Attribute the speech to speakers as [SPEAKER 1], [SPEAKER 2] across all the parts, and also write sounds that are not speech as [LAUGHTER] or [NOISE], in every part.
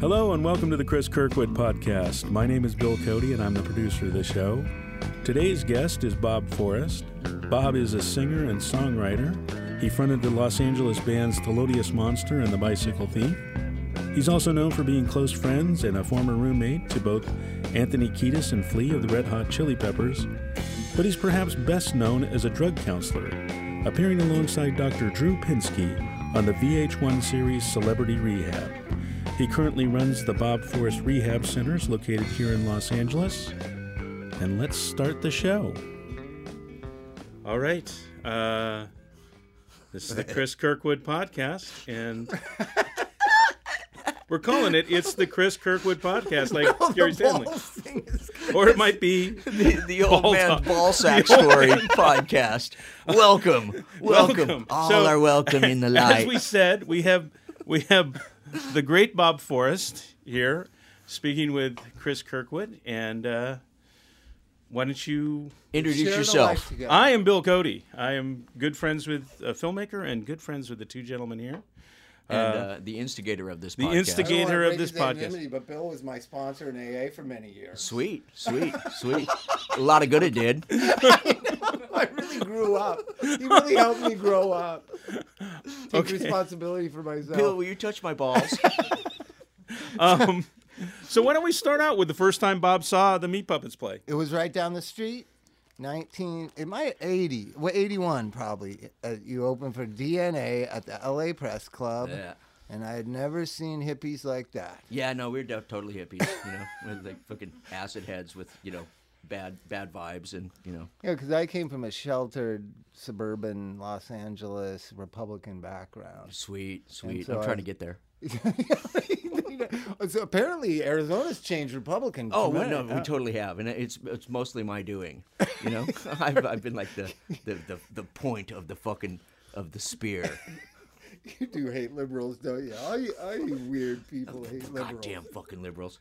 [SPEAKER 1] Hello and welcome to the Chris Kirkwood Podcast. My name is Bill Cody and I'm the producer of the show. Today's guest is Bob Forrest. Bob is a singer and songwriter. He fronted the Los Angeles bands Thelodious Monster and The Bicycle Thief. He's also known for being close friends and a former roommate to both Anthony Kiedis and Flea of the Red Hot Chili Peppers, but he's perhaps best known as a drug counselor, appearing alongside Dr. Drew Pinsky on the VH1 series Celebrity Rehab. He currently runs the Bob Forrest Rehab Centers located here in Los Angeles. And let's start the show. All right. Uh, this is the Chris Kirkwood podcast, and we're calling it "It's the Chris Kirkwood podcast," like Gary Stanley, or it might be
[SPEAKER 2] the, the old
[SPEAKER 1] Ball
[SPEAKER 2] man's
[SPEAKER 1] talk.
[SPEAKER 2] ball sack story podcast. Welcome, welcome,
[SPEAKER 1] Welcome.
[SPEAKER 2] all
[SPEAKER 1] So,
[SPEAKER 2] are welcome in the
[SPEAKER 1] As
[SPEAKER 2] light.
[SPEAKER 1] we said, we have we have the great Bob Forrest here speaking with Chris Kirkwood, and uh, why don't you?
[SPEAKER 2] Introduce
[SPEAKER 3] Share the life
[SPEAKER 2] yourself.
[SPEAKER 3] together.
[SPEAKER 1] I am Bill Cody. I am good friends with a filmmaker and good friends with the two gentlemen here.
[SPEAKER 2] and uh, the instigator of this
[SPEAKER 1] the
[SPEAKER 2] podcast.
[SPEAKER 3] I don't
[SPEAKER 1] instigator-
[SPEAKER 3] wanna
[SPEAKER 1] Gator of
[SPEAKER 3] break
[SPEAKER 1] this
[SPEAKER 3] his
[SPEAKER 1] podcast.
[SPEAKER 3] anonymity, But Bill was my sponsor in AA for many
[SPEAKER 1] [LAUGHS]
[SPEAKER 3] years.
[SPEAKER 2] Sweet, sweet, sweet. A lot of good it did.
[SPEAKER 3] I really grew up. He really helped me grow up. Take
[SPEAKER 1] Okay.
[SPEAKER 3] responsibility for myself.
[SPEAKER 2] Bill, will you touch my balls?
[SPEAKER 1] Um, so why don't we start out with the first time Bob saw the Meat Puppets play?
[SPEAKER 3] it was right down the street. 19, it might 80, well, 81 probably. Uh, you opened for DNA at the LA Press Club.
[SPEAKER 2] Yeah.
[SPEAKER 3] And I had never seen hippies like that.
[SPEAKER 2] yeah, no, we're de- totally hippies. You know, with like fucking acid heads with you know bad bad vibes and you know
[SPEAKER 3] Yeah, because I came from a sheltered suburban Los Angeles Republican background.
[SPEAKER 2] sweet, sweet.
[SPEAKER 3] so
[SPEAKER 2] I'm trying
[SPEAKER 3] I-
[SPEAKER 2] to get there.
[SPEAKER 3] [LAUGHS] so apparently Arizona's changed Republican.
[SPEAKER 2] Oh
[SPEAKER 3] right. uh,
[SPEAKER 2] well, no, we totally have, and it's it's mostly my doing. You know, I've, I've been like the, the, the, the point of the fucking of the spear.
[SPEAKER 3] you do hate liberals, don't you? All you, all you weird people hate liberals.
[SPEAKER 2] Goddamn fucking liberals.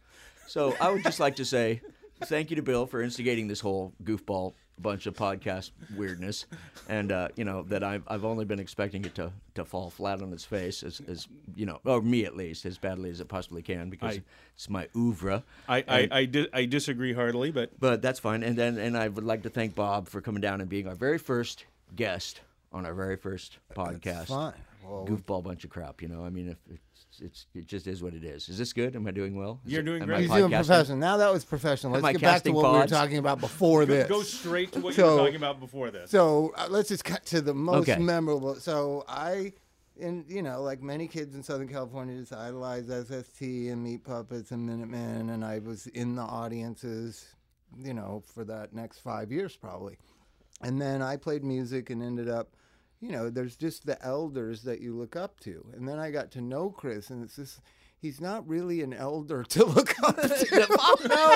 [SPEAKER 2] So I would just like to say thank you to Bill for instigating this whole goofball bunch of podcast weirdness, and uh, you know that I've I've only been expecting it to to fall flat on its face as as you know, or me at least, as badly as it possibly can because
[SPEAKER 1] I-
[SPEAKER 2] it's my oeuvre.
[SPEAKER 1] I I, I, di- I disagree heartily, but
[SPEAKER 2] but that's fine. And then and I would like to thank Bob for coming down and being our very first guest on our very first podcast.
[SPEAKER 3] Fine. Well, we-
[SPEAKER 2] Goofball bunch of crap, you know. I mean, if it's, it's it just is what it is. Is this good? Am I doing well? Is
[SPEAKER 1] You're
[SPEAKER 2] it-
[SPEAKER 1] doing
[SPEAKER 2] am
[SPEAKER 1] great.
[SPEAKER 2] I
[SPEAKER 3] he's doing
[SPEAKER 2] podcasting?
[SPEAKER 3] professional. Now that was professional.
[SPEAKER 2] I
[SPEAKER 3] Let's get back to
[SPEAKER 2] casting
[SPEAKER 3] what we were
[SPEAKER 2] pods?
[SPEAKER 3] talking about before this.
[SPEAKER 1] go straight to what you
[SPEAKER 3] So-
[SPEAKER 1] were talking about before
[SPEAKER 2] [LAUGHS]
[SPEAKER 1] this.
[SPEAKER 3] So uh, let's just cut to the most
[SPEAKER 2] Okay.
[SPEAKER 3] memorable. So I, and you know, like many kids in Southern California, just idolized SST and Meat Puppets and Minutemen, and I was in the audiences, you know, for that next five years probably. And then I played music and ended up, you know, there's just the elders that you look up to. And then I got to know Chris, and it's just. He's not really an elder [LAUGHS] to look
[SPEAKER 2] [LAUGHS]
[SPEAKER 3] up to. no.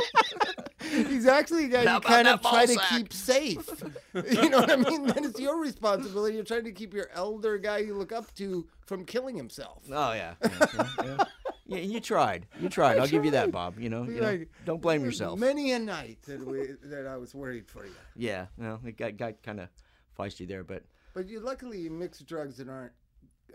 [SPEAKER 3] [LAUGHS] He's actually a guy you
[SPEAKER 2] Not
[SPEAKER 3] kind
[SPEAKER 2] about
[SPEAKER 3] of
[SPEAKER 2] that
[SPEAKER 3] try
[SPEAKER 2] ball
[SPEAKER 3] to
[SPEAKER 2] sack.
[SPEAKER 3] keep safe. [LAUGHS] You know what I mean? Then it's your responsibility. You're trying to keep your elder guy you look up to from killing himself.
[SPEAKER 2] Oh yeah. Yeah, yeah, yeah. Yeah, you tried. You tried. I'll give you that, Bob. You know, you know,
[SPEAKER 3] Like,
[SPEAKER 2] don't blame yourself.
[SPEAKER 3] Many a night that, we, that I was worried for you.
[SPEAKER 2] Yeah. No, it got, got kind of feisty there, but
[SPEAKER 3] But you luckily you mix drugs that aren't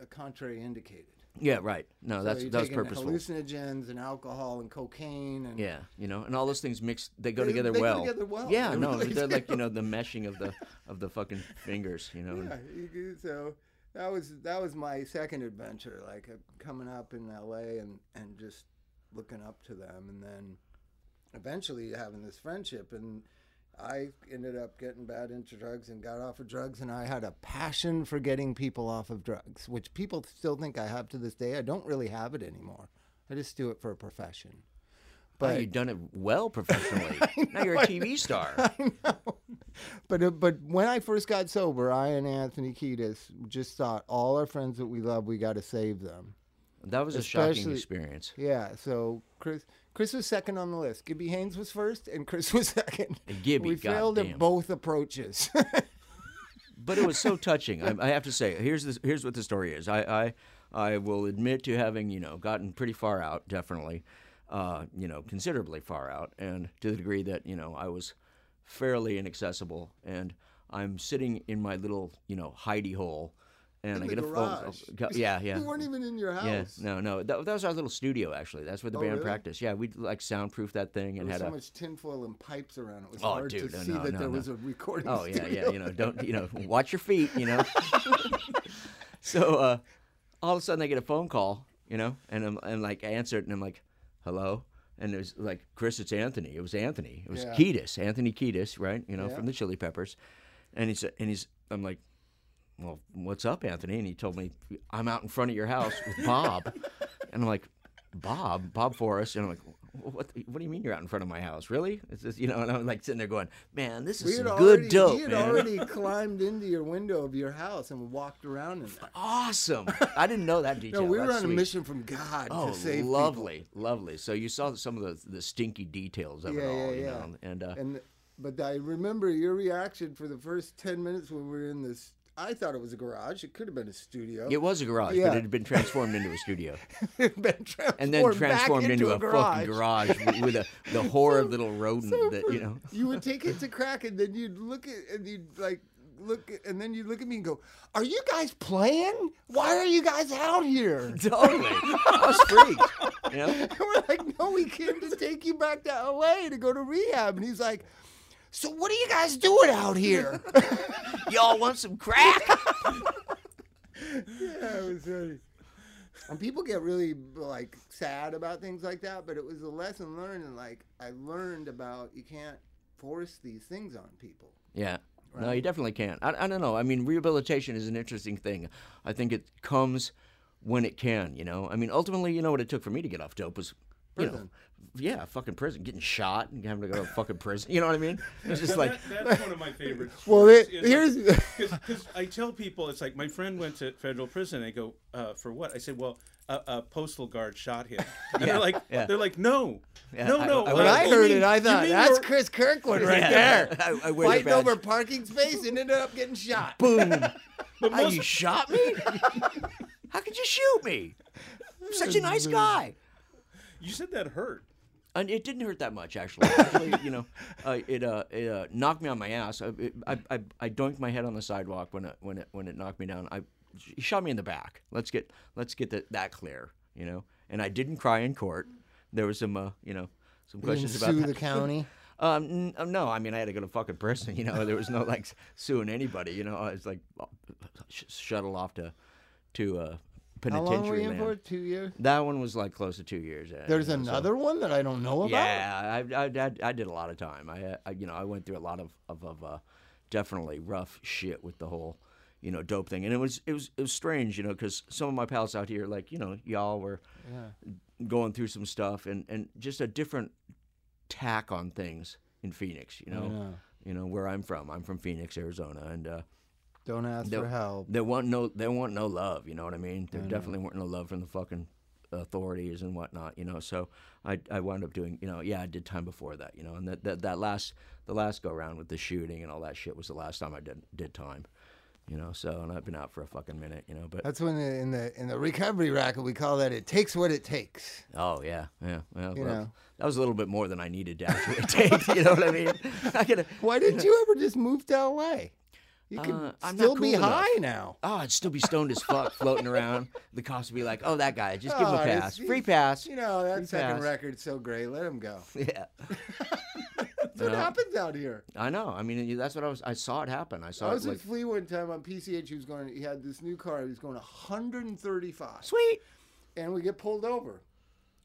[SPEAKER 3] uh, contraindicated.
[SPEAKER 2] yeah, right. No,
[SPEAKER 3] So
[SPEAKER 2] that's
[SPEAKER 3] you're
[SPEAKER 2] that was
[SPEAKER 3] taking
[SPEAKER 2] purposeful.
[SPEAKER 3] Hallucinogens and alcohol and cocaine and
[SPEAKER 2] Yeah, you know, and all those things mixed they go
[SPEAKER 3] They-
[SPEAKER 2] together
[SPEAKER 3] they go
[SPEAKER 2] well.
[SPEAKER 3] together well. [LAUGHS]
[SPEAKER 2] Yeah,
[SPEAKER 3] They
[SPEAKER 2] no,
[SPEAKER 3] really
[SPEAKER 2] they're
[SPEAKER 3] do.
[SPEAKER 2] like you know the meshing of the of the fucking fingers, you know. and-
[SPEAKER 3] Yeah, you could- so that was that was my second adventure, like uh, coming up in L.A. and and just looking up to them, and then eventually having this friendship and. I ended up getting bad into drugs and got off of drugs, and I had a passion for getting people off of drugs, which people still think I have to this day. I don't really have it anymore. I just do it for a profession.
[SPEAKER 2] Oh,
[SPEAKER 3] But
[SPEAKER 2] you've done it
[SPEAKER 3] [LAUGHS]
[SPEAKER 2] well professionally. now you're a TV star.
[SPEAKER 3] But uh, but when I first got sober, I and Anthony Kiedis just thought all our friends that we love, we got to save them.
[SPEAKER 2] That was a shocking
[SPEAKER 3] Especially-
[SPEAKER 2] experience.
[SPEAKER 3] Yeah. So Chris Chris was second on the list. Gibby Haynes was first, and Chris was [LAUGHS] second.
[SPEAKER 2] And Gibby,
[SPEAKER 3] we failed
[SPEAKER 2] goddamn.
[SPEAKER 3] at both approaches. [LAUGHS]
[SPEAKER 2] but it was so touching. I, I have to say, here's this, here's what the story is. I, I I will admit to having you know gotten pretty far out, definitely, uh, you know, considerably far out, and to the degree that you know I was fairly inaccessible, and I'm sitting in my little you know hidey hole. and
[SPEAKER 3] In
[SPEAKER 2] I
[SPEAKER 3] the
[SPEAKER 2] get
[SPEAKER 3] garage.
[SPEAKER 2] a
[SPEAKER 3] [LAUGHS]
[SPEAKER 2] phone. Yeah, yeah.
[SPEAKER 3] You weren't even in your
[SPEAKER 2] Yeah,
[SPEAKER 3] house.
[SPEAKER 2] no, no. That, that was our little studio, actually. That's where the
[SPEAKER 3] Oh,
[SPEAKER 2] band
[SPEAKER 3] really?
[SPEAKER 2] practiced. Yeah, we like soundproof that thing and
[SPEAKER 3] There was
[SPEAKER 2] had
[SPEAKER 3] so
[SPEAKER 2] a.
[SPEAKER 3] much tinfoil and pipes around. It was
[SPEAKER 2] Oh,
[SPEAKER 3] hard
[SPEAKER 2] dude,
[SPEAKER 3] to
[SPEAKER 2] no,
[SPEAKER 3] see
[SPEAKER 2] no,
[SPEAKER 3] that
[SPEAKER 2] no,
[SPEAKER 3] there
[SPEAKER 2] no.
[SPEAKER 3] was a [LAUGHS] recording
[SPEAKER 2] Oh yeah, yeah.
[SPEAKER 3] studio.
[SPEAKER 2] You know, don't you
[SPEAKER 3] [LAUGHS]
[SPEAKER 2] know? Watch your feet. You know. so uh, all of a sudden, I get a phone call. You know, and I'm and like I answer it, and I'm like, "Hello," and it was like, "Chris, it's Anthony." It was Anthony. It was
[SPEAKER 3] Yeah.
[SPEAKER 2] Kiedis, Anthony Kiedis, right? You know,
[SPEAKER 3] Yeah.
[SPEAKER 2] from the Chili Peppers, and he's and he's. I'm like, "Well, what's up, Anthony?" And he told me, "I'm out in front of your house
[SPEAKER 3] [LAUGHS]
[SPEAKER 2] with Bob," and I'm like. Bob, Bob Forrest, and I'm like, "Wh- what? the- What do you mean you're out in front of my house? Really? It's just, you know, and I'm like sitting there going, man, this is
[SPEAKER 3] We had
[SPEAKER 2] some
[SPEAKER 3] already,
[SPEAKER 2] good dope,
[SPEAKER 3] he had
[SPEAKER 2] man. [LAUGHS]
[SPEAKER 3] already climbed into your window of your house and walked around in there.
[SPEAKER 2] awesome. I didn't know
[SPEAKER 3] [LAUGHS]
[SPEAKER 2] that
[SPEAKER 3] No,
[SPEAKER 2] detail.
[SPEAKER 3] we were
[SPEAKER 2] That's
[SPEAKER 3] on a
[SPEAKER 2] sweet.
[SPEAKER 3] mission from God
[SPEAKER 2] Oh,
[SPEAKER 3] to save people.
[SPEAKER 2] lovely, lovely. So you saw some of the, the stinky details of it
[SPEAKER 3] Yeah,
[SPEAKER 2] all,
[SPEAKER 3] yeah,
[SPEAKER 2] you
[SPEAKER 3] yeah.
[SPEAKER 2] know, and uh,
[SPEAKER 3] And but I remember your reaction for the first ten minutes when we were in this. I thought it was a garage. It could have been a studio.
[SPEAKER 2] it was a garage,
[SPEAKER 3] Yeah.
[SPEAKER 2] but it had been transformed into
[SPEAKER 3] [LAUGHS]
[SPEAKER 2] a studio,
[SPEAKER 3] It had been transformed
[SPEAKER 2] and then
[SPEAKER 3] back
[SPEAKER 2] transformed into, a,
[SPEAKER 3] garage. [LAUGHS]
[SPEAKER 2] fucking garage with, with a, the horrid little rodent that you know.
[SPEAKER 3] You would take
[SPEAKER 2] [LAUGHS]
[SPEAKER 3] it to crack, and then you'd look at and you'd like look, at- and then you'd look at me and go, "Are you guys playing? Why are you guys out
[SPEAKER 2] [LAUGHS]
[SPEAKER 3] here?" [LAUGHS]
[SPEAKER 2] Totally, I was freaked. You know,
[SPEAKER 3] And we're like, no, we came to take you back to LA to go to rehab. And he's like, so what are you guys doing out
[SPEAKER 2] [LAUGHS]
[SPEAKER 3] here? [LAUGHS]
[SPEAKER 2] y'all want some crack?
[SPEAKER 3] yeah, it
[SPEAKER 2] [LAUGHS]
[SPEAKER 3] was funny. And people get really like sad about things like that, but it was a lesson learned. And like, I learned about you can't force these things on people.
[SPEAKER 2] Yeah. No, you definitely can't. I, I don't know. I mean, rehabilitation is an interesting thing. I think it comes when it can, you know? I mean, ultimately, you know what it took for me to get off dope was, you know,
[SPEAKER 3] Prison.
[SPEAKER 2] yeah, fucking prison, getting shot and having to go to fucking prison. You know what I mean? It's just
[SPEAKER 4] [LAUGHS]
[SPEAKER 2] like,
[SPEAKER 4] that, that's one of my favorites.
[SPEAKER 2] [LAUGHS]
[SPEAKER 3] Well, it- here's- [LAUGHS]
[SPEAKER 4] because I tell people it's like my friend went to federal prison. I go uh, for what? I said, well, a, a postal guard
[SPEAKER 2] [LAUGHS]
[SPEAKER 4] shot him, and
[SPEAKER 2] Yeah,
[SPEAKER 4] they're like,
[SPEAKER 2] yeah.
[SPEAKER 4] they're like, no,
[SPEAKER 2] Yeah,
[SPEAKER 4] no,
[SPEAKER 2] I-
[SPEAKER 4] no.
[SPEAKER 2] I-
[SPEAKER 4] uh,
[SPEAKER 2] when I
[SPEAKER 4] you
[SPEAKER 2] heard
[SPEAKER 4] mean-
[SPEAKER 3] it, I
[SPEAKER 4] you
[SPEAKER 3] thought
[SPEAKER 4] mean
[SPEAKER 3] that's
[SPEAKER 4] you're-
[SPEAKER 3] Chris Kirkwood right
[SPEAKER 2] Yeah.
[SPEAKER 4] [LAUGHS]
[SPEAKER 3] there.
[SPEAKER 2] [LAUGHS] I, I wear
[SPEAKER 3] Fighting
[SPEAKER 2] the
[SPEAKER 3] over
[SPEAKER 2] badge.
[SPEAKER 3] parking space and ended up getting shot.
[SPEAKER 2] Boom.
[SPEAKER 4] But
[SPEAKER 2] How
[SPEAKER 4] most,
[SPEAKER 2] you shot me? How could you shoot me? I'm such a nice guy.
[SPEAKER 4] you said that hurt.
[SPEAKER 2] And it didn't hurt that much, actually. actually
[SPEAKER 3] [LAUGHS]
[SPEAKER 2] you know, uh, it, uh, it uh, knocked me on my ass. I, it, I, I, I doinked my head on the sidewalk when it, when it, when it knocked me down. I, he shot me in the back. Let's get let's get that that clear, you know. And I didn't cry in court. There was some, uh, you know, some questions about that. [LAUGHS]
[SPEAKER 3] county.
[SPEAKER 2] Um, n- uh, no, I mean I had to go to fucking prison. You know, there was no like suing anybody. You know, I was like uh, sh- shuttle off to to uh,
[SPEAKER 3] How
[SPEAKER 2] penitentiary.
[SPEAKER 3] long were you in
[SPEAKER 2] land.
[SPEAKER 3] for? Two years.
[SPEAKER 2] That one was like close to two years. uh,
[SPEAKER 3] There's
[SPEAKER 2] you know, so-
[SPEAKER 3] another one that I don't know about.
[SPEAKER 2] yeah, I, I, I, I did a lot of time. I, uh, I you know I went through a lot of of, of uh, definitely rough shit with the whole you know dope thing, and it was it was it was strange, you know, because some of my pals out here, like you know, y'all were going through some stuff, and and just a different tack on things in Phoenix, you know. You know where I'm from. I'm from Phoenix, Arizona, and uh,
[SPEAKER 3] Don't ask
[SPEAKER 2] There-
[SPEAKER 3] for help.
[SPEAKER 2] there wasn't no there wasn't no love. You know what I mean? There definitely weren't no love from the fucking authorities and whatnot. You know, so I I wound up doing you know yeah I did time before that. You know, and that that, that last the last go round with the shooting and all that shit was the last time I did did time. You know, so and I've been out for a fucking minute. You know, but
[SPEAKER 3] That's when the, in the in the recovery racket we call that it takes what it
[SPEAKER 2] [LAUGHS]
[SPEAKER 3] takes.
[SPEAKER 2] Oh yeah, yeah. Well,
[SPEAKER 3] You
[SPEAKER 2] well,
[SPEAKER 3] know.
[SPEAKER 2] that was a little bit more than I needed to actually [LAUGHS] take. You know what I mean? I could.
[SPEAKER 3] Why didn't you ever just move to LA? You could
[SPEAKER 2] Uh, I'm not
[SPEAKER 3] still be
[SPEAKER 2] cool enough.
[SPEAKER 3] high now.
[SPEAKER 2] Oh, I'd still be stoned as fuck, floating around. The cops would be like, "Oh, that guy, just give him
[SPEAKER 3] Oh,
[SPEAKER 2] a
[SPEAKER 3] it's-
[SPEAKER 2] pass,
[SPEAKER 3] he's-
[SPEAKER 2] free pass."
[SPEAKER 3] You know that
[SPEAKER 2] Free
[SPEAKER 3] second
[SPEAKER 2] pass.
[SPEAKER 3] record's so great. Let him go.
[SPEAKER 2] [LAUGHS] Yeah.
[SPEAKER 3] [LAUGHS] That's what
[SPEAKER 2] No.
[SPEAKER 3] happens out here.
[SPEAKER 2] I know. I mean, you- that's what I was. I saw it happen. I saw
[SPEAKER 3] I was
[SPEAKER 2] it.
[SPEAKER 3] with
[SPEAKER 2] Like,
[SPEAKER 3] Flea one time on PCH. He was going. He had this new car. He was going 135.
[SPEAKER 2] Sweet.
[SPEAKER 3] and we get pulled over.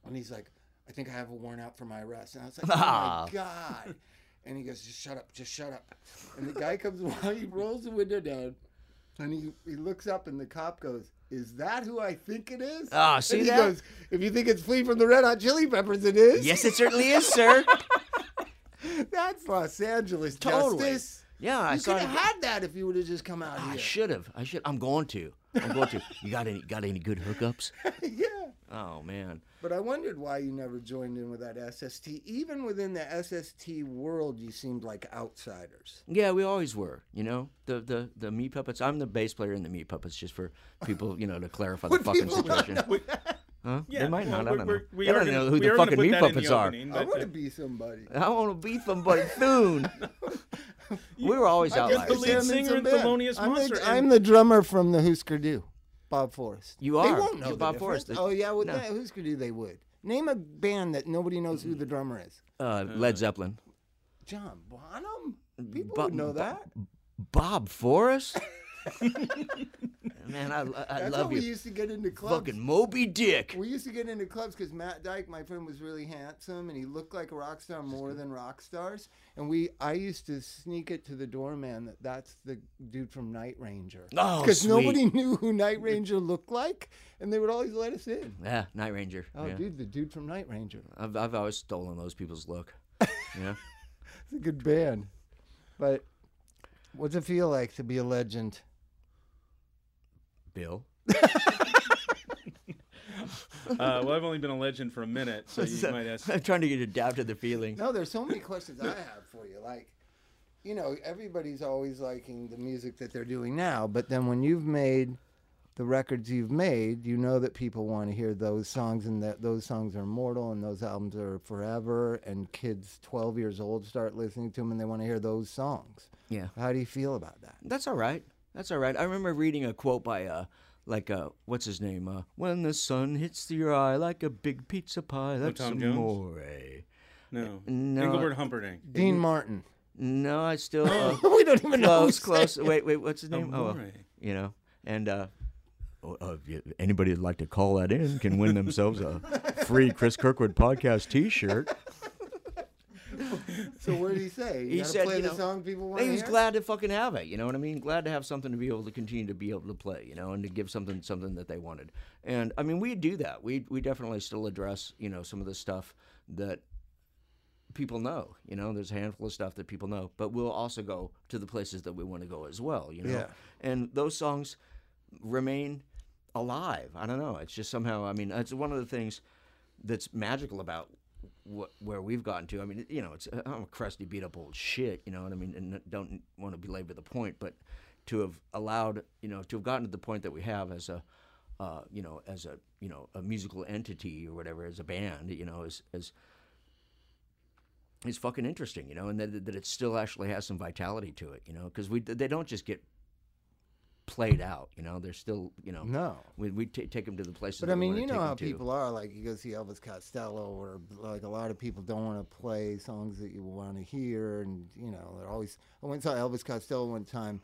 [SPEAKER 3] And he's like, I think I have a warrant out for my arrest. And I was like, oh
[SPEAKER 2] Ah. [LAUGHS]
[SPEAKER 3] my God. And he goes, just shut up, just shut up. And the guy comes [LAUGHS] along, he rolls the window down, and he, he looks up, and the cop goes, Is that who I think it is?
[SPEAKER 2] Ah, see
[SPEAKER 3] and he
[SPEAKER 2] that?
[SPEAKER 3] goes, If you think it's Flea from the Red Hot Chili Peppers, it is.
[SPEAKER 2] [LAUGHS] Yes, it certainly is,
[SPEAKER 4] [LAUGHS]
[SPEAKER 2] sir.
[SPEAKER 3] That's Los Angeles
[SPEAKER 2] Totally.
[SPEAKER 3] justice.
[SPEAKER 2] Yeah, I
[SPEAKER 3] you
[SPEAKER 2] saw Ah,
[SPEAKER 3] could
[SPEAKER 2] it.
[SPEAKER 3] have had that if you would have just come out
[SPEAKER 2] I
[SPEAKER 3] here.
[SPEAKER 2] should have. I should. I'm going to. I'm going to. You got any? Got any good
[SPEAKER 4] [LAUGHS]
[SPEAKER 2] hookups?
[SPEAKER 3] [LAUGHS] yeah.
[SPEAKER 2] Oh man.
[SPEAKER 3] But I wondered why you never joined in with that SST. Even within the SST world, you seemed like outsiders.
[SPEAKER 2] Yeah, we always were. You know, the the the meat puppets. I'm the bass player in the meat puppets, just for people, you know, to clarify the fucking
[SPEAKER 3] people not
[SPEAKER 2] situation.
[SPEAKER 4] We,
[SPEAKER 2] Huh?
[SPEAKER 4] [LAUGHS] yeah,
[SPEAKER 2] they might
[SPEAKER 4] well,
[SPEAKER 2] not. I don't know.
[SPEAKER 4] we're- we
[SPEAKER 2] they
[SPEAKER 4] are
[SPEAKER 2] don't
[SPEAKER 4] gonna-
[SPEAKER 2] know who
[SPEAKER 4] we are
[SPEAKER 2] the
[SPEAKER 4] gonna
[SPEAKER 2] fucking
[SPEAKER 4] put
[SPEAKER 2] meat
[SPEAKER 4] that in the
[SPEAKER 2] puppets are.
[SPEAKER 4] opening,
[SPEAKER 3] I
[SPEAKER 4] but,
[SPEAKER 3] want
[SPEAKER 4] uh,
[SPEAKER 3] to be somebody.
[SPEAKER 4] [LAUGHS]
[SPEAKER 2] I want to be somebody soon. we were always
[SPEAKER 4] I guess the
[SPEAKER 2] outliers.
[SPEAKER 4] lead
[SPEAKER 3] Standing
[SPEAKER 4] singer in
[SPEAKER 3] some band.
[SPEAKER 4] Thelonious
[SPEAKER 3] I'm
[SPEAKER 4] Monster
[SPEAKER 3] The,
[SPEAKER 4] and-
[SPEAKER 3] I'm the drummer from the Who's Do, Bob Forrest.
[SPEAKER 2] You
[SPEAKER 3] They
[SPEAKER 2] are.
[SPEAKER 3] won't know
[SPEAKER 2] You're
[SPEAKER 3] the
[SPEAKER 2] Bob
[SPEAKER 3] difference.
[SPEAKER 2] Forrest. They-
[SPEAKER 3] Oh yeah, with
[SPEAKER 2] no.
[SPEAKER 3] that, Who's Do they would. Name a band that nobody knows who the drummer is.
[SPEAKER 2] Uh, Led Zeppelin.
[SPEAKER 3] John Bonham. People
[SPEAKER 2] Bo-
[SPEAKER 3] would know
[SPEAKER 2] Bo-
[SPEAKER 3] that. [LAUGHS]
[SPEAKER 2] Bob Forrest? Man, I, I
[SPEAKER 3] That's
[SPEAKER 2] love
[SPEAKER 3] how we
[SPEAKER 2] you.
[SPEAKER 3] used to get into clubs.
[SPEAKER 2] Fucking Moby Dick.
[SPEAKER 3] We used to get into clubs because Matt Dyke, my friend, was really handsome and he looked like a rock star more than rock stars. And we, I used to sneak it to the doorman that that's the dude from Night Ranger.
[SPEAKER 2] Oh,
[SPEAKER 3] Because
[SPEAKER 2] sweet.
[SPEAKER 3] nobody [LAUGHS] knew who Night Ranger looked like, and they would always let us in.
[SPEAKER 2] Yeah, Night Ranger.
[SPEAKER 3] Oh,
[SPEAKER 2] yeah.
[SPEAKER 3] dude, the dude from Night Ranger.
[SPEAKER 2] I've, I've always stolen those
[SPEAKER 3] [LAUGHS]
[SPEAKER 2] people's look. Yeah.
[SPEAKER 3] It's a good band. But what's it feel like to be a legend?
[SPEAKER 2] Bill?
[SPEAKER 4] Uh, well, I've only been a legend for a
[SPEAKER 2] [LAUGHS]
[SPEAKER 4] minute, so you might ask.
[SPEAKER 2] I'm trying to get adapted to the feeling.
[SPEAKER 3] No, there's so many questions I have for you. Like, you know, everybody's always liking the music that they're doing now, but then when you've made the records you've made, you know that people want to hear those songs and that those songs are immortal and those albums are forever and kids 12 years old start listening to them and they want to hear those songs.
[SPEAKER 2] Yeah.
[SPEAKER 3] How do you feel about that?
[SPEAKER 2] That's all right. That's all right. I remember reading a quote by uh like uh what's his name? Uh when the sun hits your eye like a big pizza pie, that's
[SPEAKER 4] Oh,
[SPEAKER 2] eh?"
[SPEAKER 4] Tom Jones?
[SPEAKER 2] amore.
[SPEAKER 4] No.
[SPEAKER 2] No.
[SPEAKER 4] Engelbert Humperdinck.
[SPEAKER 3] Dean
[SPEAKER 2] [LAUGHS]
[SPEAKER 3] Martin.
[SPEAKER 2] No,
[SPEAKER 3] [LAUGHS]
[SPEAKER 2] I still uh,
[SPEAKER 3] we don't even know.
[SPEAKER 2] close,
[SPEAKER 3] who's
[SPEAKER 2] close. Wait, wait, what's his name? uh,
[SPEAKER 4] Amore.
[SPEAKER 2] you know. And uh oh, uh, y- anybody that'd like to call that in can win themselves a free Chris Kirkwood podcast T-shirt.
[SPEAKER 3] So what did he say? You
[SPEAKER 2] He
[SPEAKER 3] gotta
[SPEAKER 2] said,
[SPEAKER 3] play
[SPEAKER 2] you
[SPEAKER 3] the
[SPEAKER 2] know,
[SPEAKER 3] song people want
[SPEAKER 2] He
[SPEAKER 3] to
[SPEAKER 2] was
[SPEAKER 3] hear?
[SPEAKER 2] glad to fucking have it, you know what I mean? Glad to have something to be able to continue to be able to play, you know, and to give something something that they wanted. And I mean, we do that. We we definitely still address, you know, some of the stuff that people know. You know, there's a handful of stuff that people know, but we'll also go to the places that we want to go as well. You know,
[SPEAKER 3] Yeah.
[SPEAKER 2] and those songs remain alive. I don't know. It's just somehow. I mean, it's one of the things that's magical about what where we've gotten to. I mean, you know, it's I'm a crusty, beat up old shit. You know what I mean? And don't want to belabor the point, but to have allowed, you know, to have gotten to the point that we have as a uh, you know, as a you know, a musical entity or whatever, as a band, you know, is is it's fucking interesting, you know, and that, that it still actually has some vitality to it, you know, because we they don't just get played out, you know, they're still, you know,
[SPEAKER 3] No.
[SPEAKER 2] we we ta take them to the places.
[SPEAKER 3] But
[SPEAKER 2] that
[SPEAKER 3] I
[SPEAKER 2] we
[SPEAKER 3] mean,
[SPEAKER 2] wanna
[SPEAKER 3] you
[SPEAKER 2] take
[SPEAKER 3] know
[SPEAKER 2] 'em
[SPEAKER 3] how
[SPEAKER 2] to.
[SPEAKER 3] people are. Like, you go see Elvis Costello, or like a lot of people don't want to play songs that you want to hear, and you know, they're always. I went and saw Elvis Costello one time,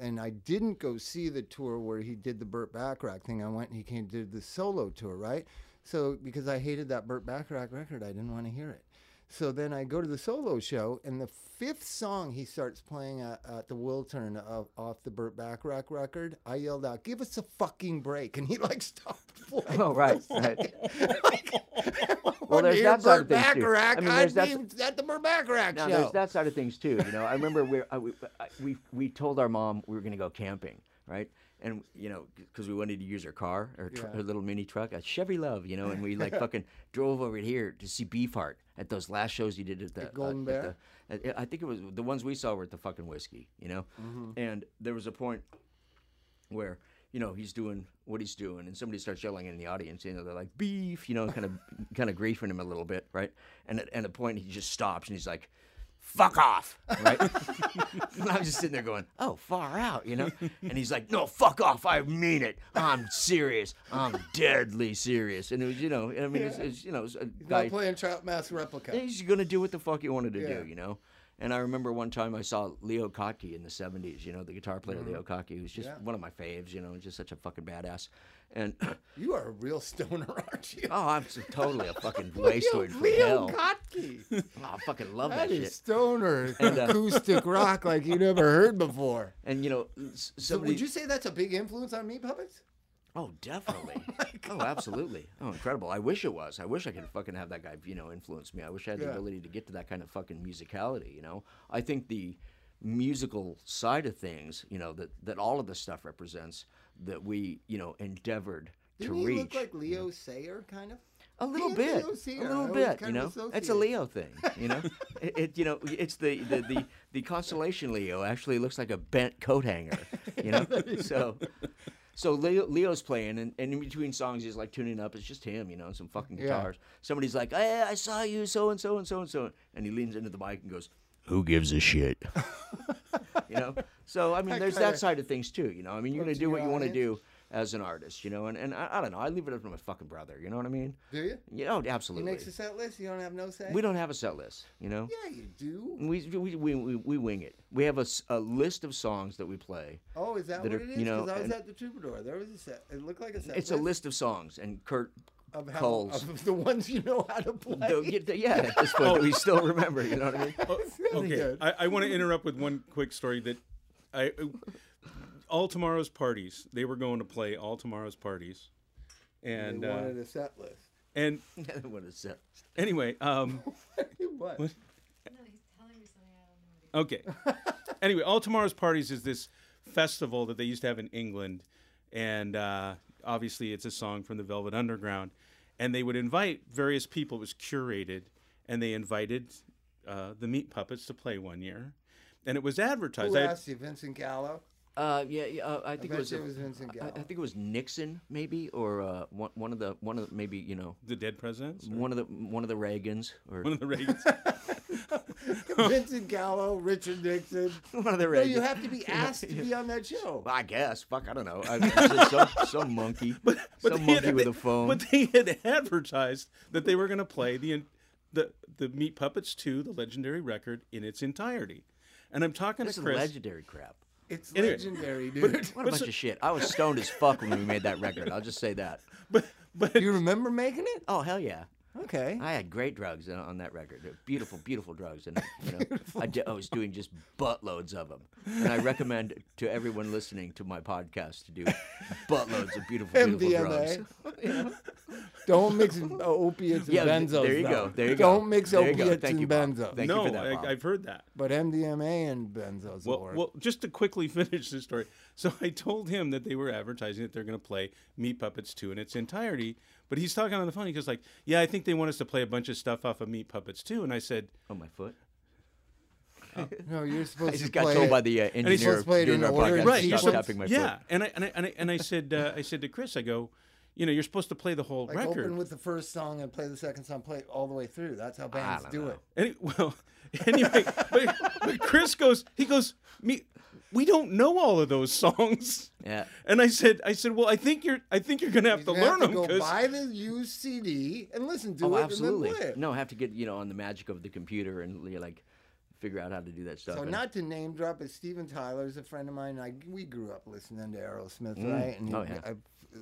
[SPEAKER 3] and I didn't go see the tour where he did the Burt Bacharach thing. I went and he came did the solo tour, right? So because I hated that Burt Bacharach record, I didn't want to hear it. So then I go to the solo show, and the fifth song he starts playing at, at the Wiltern of, off the Burt Bacharach record, I yelled out, "Give us a fucking break!" And he like [LAUGHS] stopped playing.
[SPEAKER 2] [LAUGHS] Oh right,
[SPEAKER 3] [LAUGHS]
[SPEAKER 2] right.
[SPEAKER 3] well, there's
[SPEAKER 2] there's
[SPEAKER 3] that
[SPEAKER 2] that
[SPEAKER 3] Burt
[SPEAKER 2] side of things, too.
[SPEAKER 3] Bacharach. I
[SPEAKER 2] I mean,
[SPEAKER 3] would
[SPEAKER 2] there's that-
[SPEAKER 3] be at the Burt Bacharach
[SPEAKER 2] Now,
[SPEAKER 3] show.
[SPEAKER 2] there's that side of things too. You know, I remember we're, I, we I- we we told our mom we were going to go camping, right? And you know, because we wanted to use her car, her, tr- her little mini truck, a Chevy Love, you know, and we like fucking drove over here to see Beefheart at those last shows he did at the
[SPEAKER 3] Golden
[SPEAKER 2] uh, at
[SPEAKER 3] Bear?
[SPEAKER 2] the- at- I think it was the ones we saw were at the fucking whiskey, you know. And there was a point where you know he's doing what he's doing, and somebody starts yelling in the audience. You know, they're like beef, you know, [LAUGHS] kind of kind of griefing him a little bit, right? And at, and a point he just stops and he's like, "Fuck off," right? [LAUGHS] and I'm just sitting there going, "Oh, far out," you know. And he's like, "No, fuck off. I mean it. I'm serious. I'm deadly serious." And it was, you know, I mean, it's, it's you know, it's a guy
[SPEAKER 3] Not playing Trout Mask replica.
[SPEAKER 2] he's gonna do what the fuck he wanted to
[SPEAKER 3] Yeah.
[SPEAKER 2] do, you know. And I remember one time I saw Leo Kottke in the '70s, you know, the guitar player Leo
[SPEAKER 3] Mm-hmm.
[SPEAKER 2] Kottke, who's just one of my faves, you know, just such a fucking badass. And [COUGHS] oh,
[SPEAKER 3] You are a real stoner, [LAUGHS] aren't you?
[SPEAKER 2] I'm s- totally a fucking wasteoid
[SPEAKER 3] [LAUGHS]
[SPEAKER 2] from
[SPEAKER 3] Leo [LAUGHS]
[SPEAKER 2] hell. [LAUGHS]
[SPEAKER 3] Kottke.
[SPEAKER 2] Oh, I fucking love that,
[SPEAKER 3] That is
[SPEAKER 2] shit.
[SPEAKER 3] stoner
[SPEAKER 2] uh, [LAUGHS]
[SPEAKER 3] acoustic rock like you never heard before.
[SPEAKER 2] And you know, s-
[SPEAKER 3] So
[SPEAKER 2] somebody.
[SPEAKER 3] would you say that's a big influence on me, puppets?
[SPEAKER 2] Oh,
[SPEAKER 3] [LAUGHS]
[SPEAKER 2] definitely. Oh, absolutely. Oh, incredible. I wish it was. I wish I could fucking have that guy, you know, influence me. I wish I had the
[SPEAKER 3] Yeah.
[SPEAKER 2] ability to get to that kind of fucking musicality, you know. I think the musical side of things, you know, that that all of this stuff represents that we, you know, endeavored
[SPEAKER 3] Didn't
[SPEAKER 2] to
[SPEAKER 3] he
[SPEAKER 2] reach.
[SPEAKER 3] look like Leo Sayer, kind of?
[SPEAKER 2] A little
[SPEAKER 3] He is
[SPEAKER 2] bit,
[SPEAKER 3] Leo Sayer.
[SPEAKER 2] a
[SPEAKER 3] I
[SPEAKER 2] little
[SPEAKER 3] always
[SPEAKER 2] bit, you
[SPEAKER 3] kind of
[SPEAKER 2] know. It's a
[SPEAKER 3] associate.
[SPEAKER 2] Leo thing,
[SPEAKER 3] [LAUGHS]
[SPEAKER 2] you know. it, it, you know, it's the, the the the constellation Leo actually looks like a bent coat hanger,
[SPEAKER 3] [LAUGHS]
[SPEAKER 2] you know. so, so Leo, Leo's playing, and, and in between songs he's like tuning up. It's just him, you know, and some fucking
[SPEAKER 3] Yeah.
[SPEAKER 2] guitars. Somebody's like, "Hey, I saw you, so and so and so and so," and he leans into the mic and goes, "Who gives a shit?" [LAUGHS] you know. So I mean,
[SPEAKER 3] That
[SPEAKER 2] there's
[SPEAKER 3] kinda
[SPEAKER 2] that side of things too. You know, I mean, you're gonna
[SPEAKER 3] hooks
[SPEAKER 2] do
[SPEAKER 3] your
[SPEAKER 2] what you want to
[SPEAKER 3] audience.
[SPEAKER 2] do as an artist. You know, and and I, I don't know. I leave it up to my fucking brother. You know what I mean?
[SPEAKER 3] Do you?
[SPEAKER 2] You know,
[SPEAKER 3] He
[SPEAKER 2] absolutely.
[SPEAKER 3] makes a set list. You don't have no say.
[SPEAKER 2] We don't have a set list. You know.
[SPEAKER 3] Yeah, you do.
[SPEAKER 2] We, we, we, we we wing it. We have a, s- a list of songs that we play.
[SPEAKER 3] Oh, is that,
[SPEAKER 2] that
[SPEAKER 3] what
[SPEAKER 2] are-
[SPEAKER 3] it is?
[SPEAKER 2] you know,
[SPEAKER 3] Because I was
[SPEAKER 2] and-
[SPEAKER 3] at the Troubadour. There was a set. It looked like a set.
[SPEAKER 2] It's a list of songs, and Kurt
[SPEAKER 3] of, how,
[SPEAKER 2] calls.
[SPEAKER 3] of [LAUGHS] the ones you know how to play. [LAUGHS]
[SPEAKER 2] [LAUGHS] the, yeah, the- yeah, at this
[SPEAKER 4] Oh,
[SPEAKER 2] point, we still remember. You know what I mean? [LAUGHS]
[SPEAKER 3] It's really
[SPEAKER 4] Okay,
[SPEAKER 3] good.
[SPEAKER 4] I, I want to interrupt with one quick story that I all tomorrow's parties. They were going to play all tomorrow's parties, and
[SPEAKER 3] they
[SPEAKER 4] uh,
[SPEAKER 3] wanted a set list. [LAUGHS]
[SPEAKER 4] and
[SPEAKER 2] what is that?
[SPEAKER 4] anyway, um,
[SPEAKER 3] what?
[SPEAKER 5] No, he's telling me something I don't know. what it is.
[SPEAKER 4] okay. anyway, all tomorrow's parties is this festival that they used to have in England, and uh, obviously it's a song from the Velvet Underground, and they would invite various people. It was curated, and they invited uh, the Meat Puppets to play one year, and it was advertised.
[SPEAKER 3] Who
[SPEAKER 4] I-
[SPEAKER 3] asked you? Vincent Gallo.
[SPEAKER 2] Uh, yeah, yeah uh, I think
[SPEAKER 3] bet
[SPEAKER 2] it was.
[SPEAKER 3] you
[SPEAKER 2] a-
[SPEAKER 3] it was Vincent
[SPEAKER 2] I, I
[SPEAKER 3] Gallo.
[SPEAKER 2] think it was Nixon, maybe, or uh, one, one of the one of the, maybe you know
[SPEAKER 4] the Dead Presidents.
[SPEAKER 2] one of the one of the Reagans or
[SPEAKER 4] One of the [LAUGHS] Reagans.
[SPEAKER 3] [LAUGHS] Vincent Gallo, Richard
[SPEAKER 2] [LAUGHS]
[SPEAKER 3] Nixon.
[SPEAKER 2] one of the
[SPEAKER 3] No,
[SPEAKER 2] Reagans.
[SPEAKER 3] you have to
[SPEAKER 2] [LAUGHS]
[SPEAKER 3] be asked to be on that show.
[SPEAKER 2] I guess. Fuck, I don't know.
[SPEAKER 3] [LAUGHS]
[SPEAKER 2] I mean, it's just some, some monkey, some
[SPEAKER 4] they had-
[SPEAKER 2] monkey with
[SPEAKER 4] [LAUGHS]
[SPEAKER 2] a
[SPEAKER 4] they-
[SPEAKER 2] phone.
[SPEAKER 4] But they had advertised that they were going to play the the the Meat Puppets 2, the legendary record in its entirety. And I'm talking
[SPEAKER 2] this
[SPEAKER 4] to
[SPEAKER 2] is
[SPEAKER 4] Chris.
[SPEAKER 2] legendary crap.
[SPEAKER 3] It's
[SPEAKER 4] Anyway. [LAUGHS]
[SPEAKER 3] legendary, dude.
[SPEAKER 2] What a bunch of shit. I was stoned as fuck when we made that record. I'll just say that.
[SPEAKER 4] But but
[SPEAKER 3] you remember making it?
[SPEAKER 2] Oh hell yeah.
[SPEAKER 3] Okay.
[SPEAKER 2] I had great drugs on- on that record. They're Beautiful, beautiful drugs, and you know, I, di- I was doing just buttloads of them. And I recommend to everyone listening to my podcast to do buttloads of beautiful, beautiful drugs.
[SPEAKER 3] MDMA. Don't
[SPEAKER 2] [LAUGHS]
[SPEAKER 3] mix uh, opiates and
[SPEAKER 2] Yeah,
[SPEAKER 3] benzos.
[SPEAKER 2] there you go,
[SPEAKER 3] though.
[SPEAKER 2] there you go,
[SPEAKER 3] Don't mix
[SPEAKER 2] there you go.
[SPEAKER 3] opiates
[SPEAKER 2] Thank
[SPEAKER 3] and
[SPEAKER 2] you, Bob.
[SPEAKER 3] benzos.
[SPEAKER 2] Thank you
[SPEAKER 4] no,
[SPEAKER 2] for that, Bob.
[SPEAKER 4] I, I've heard that.
[SPEAKER 3] But MDMA and benzos will
[SPEAKER 4] Well,
[SPEAKER 3] work.
[SPEAKER 4] well, just to quickly [LAUGHS] finish this story. So I told him that they were advertising that they're going to play Meat Puppets 2 in its entirety. But he's talking on the phone. He goes like, "Yeah, I think they want us to play a bunch of stuff off of Meat Puppets 2." And I said,
[SPEAKER 2] On my foot.
[SPEAKER 3] no, you're supposed
[SPEAKER 2] [LAUGHS] I just
[SPEAKER 3] to
[SPEAKER 2] got
[SPEAKER 3] play
[SPEAKER 2] told
[SPEAKER 3] it.
[SPEAKER 2] by the uh, engineer
[SPEAKER 3] supposed to play it
[SPEAKER 2] during
[SPEAKER 3] in
[SPEAKER 2] our
[SPEAKER 3] order
[SPEAKER 2] podcast
[SPEAKER 3] and
[SPEAKER 4] right.
[SPEAKER 2] to
[SPEAKER 4] you're
[SPEAKER 2] stop
[SPEAKER 3] sequence.
[SPEAKER 4] supposed-
[SPEAKER 2] tapping my
[SPEAKER 4] yeah.
[SPEAKER 2] foot.
[SPEAKER 4] And I, and I and I and I said uh, I said to Chris, I go, you know, you're supposed to play the whole
[SPEAKER 3] like
[SPEAKER 4] record.
[SPEAKER 3] open with the first song and play the second song, play it all the way through. That's how bands
[SPEAKER 2] don't
[SPEAKER 3] do
[SPEAKER 2] know.
[SPEAKER 3] it.
[SPEAKER 4] Any, [LAUGHS] well, anyway, but, but Chris goes, he goes, me, we don't know all of those songs.
[SPEAKER 2] Yeah.
[SPEAKER 4] And I said, I said, well, I think you're, I think you're gonna have to
[SPEAKER 3] You have
[SPEAKER 4] learn
[SPEAKER 3] to
[SPEAKER 4] them
[SPEAKER 3] go
[SPEAKER 4] because [LAUGHS]
[SPEAKER 3] buy the used CD and listen to
[SPEAKER 2] Oh,
[SPEAKER 3] it
[SPEAKER 2] absolutely.
[SPEAKER 3] and then play it.
[SPEAKER 2] No, I have to get you know on the magic of the computer and you know, like figure out how to do that stuff.
[SPEAKER 3] So
[SPEAKER 2] And-
[SPEAKER 3] not to name drop, but Steven Tyler's a friend of mine. I we grew up listening to Aerosmith, right? And
[SPEAKER 2] Oh,
[SPEAKER 3] he-
[SPEAKER 2] yeah.
[SPEAKER 3] I-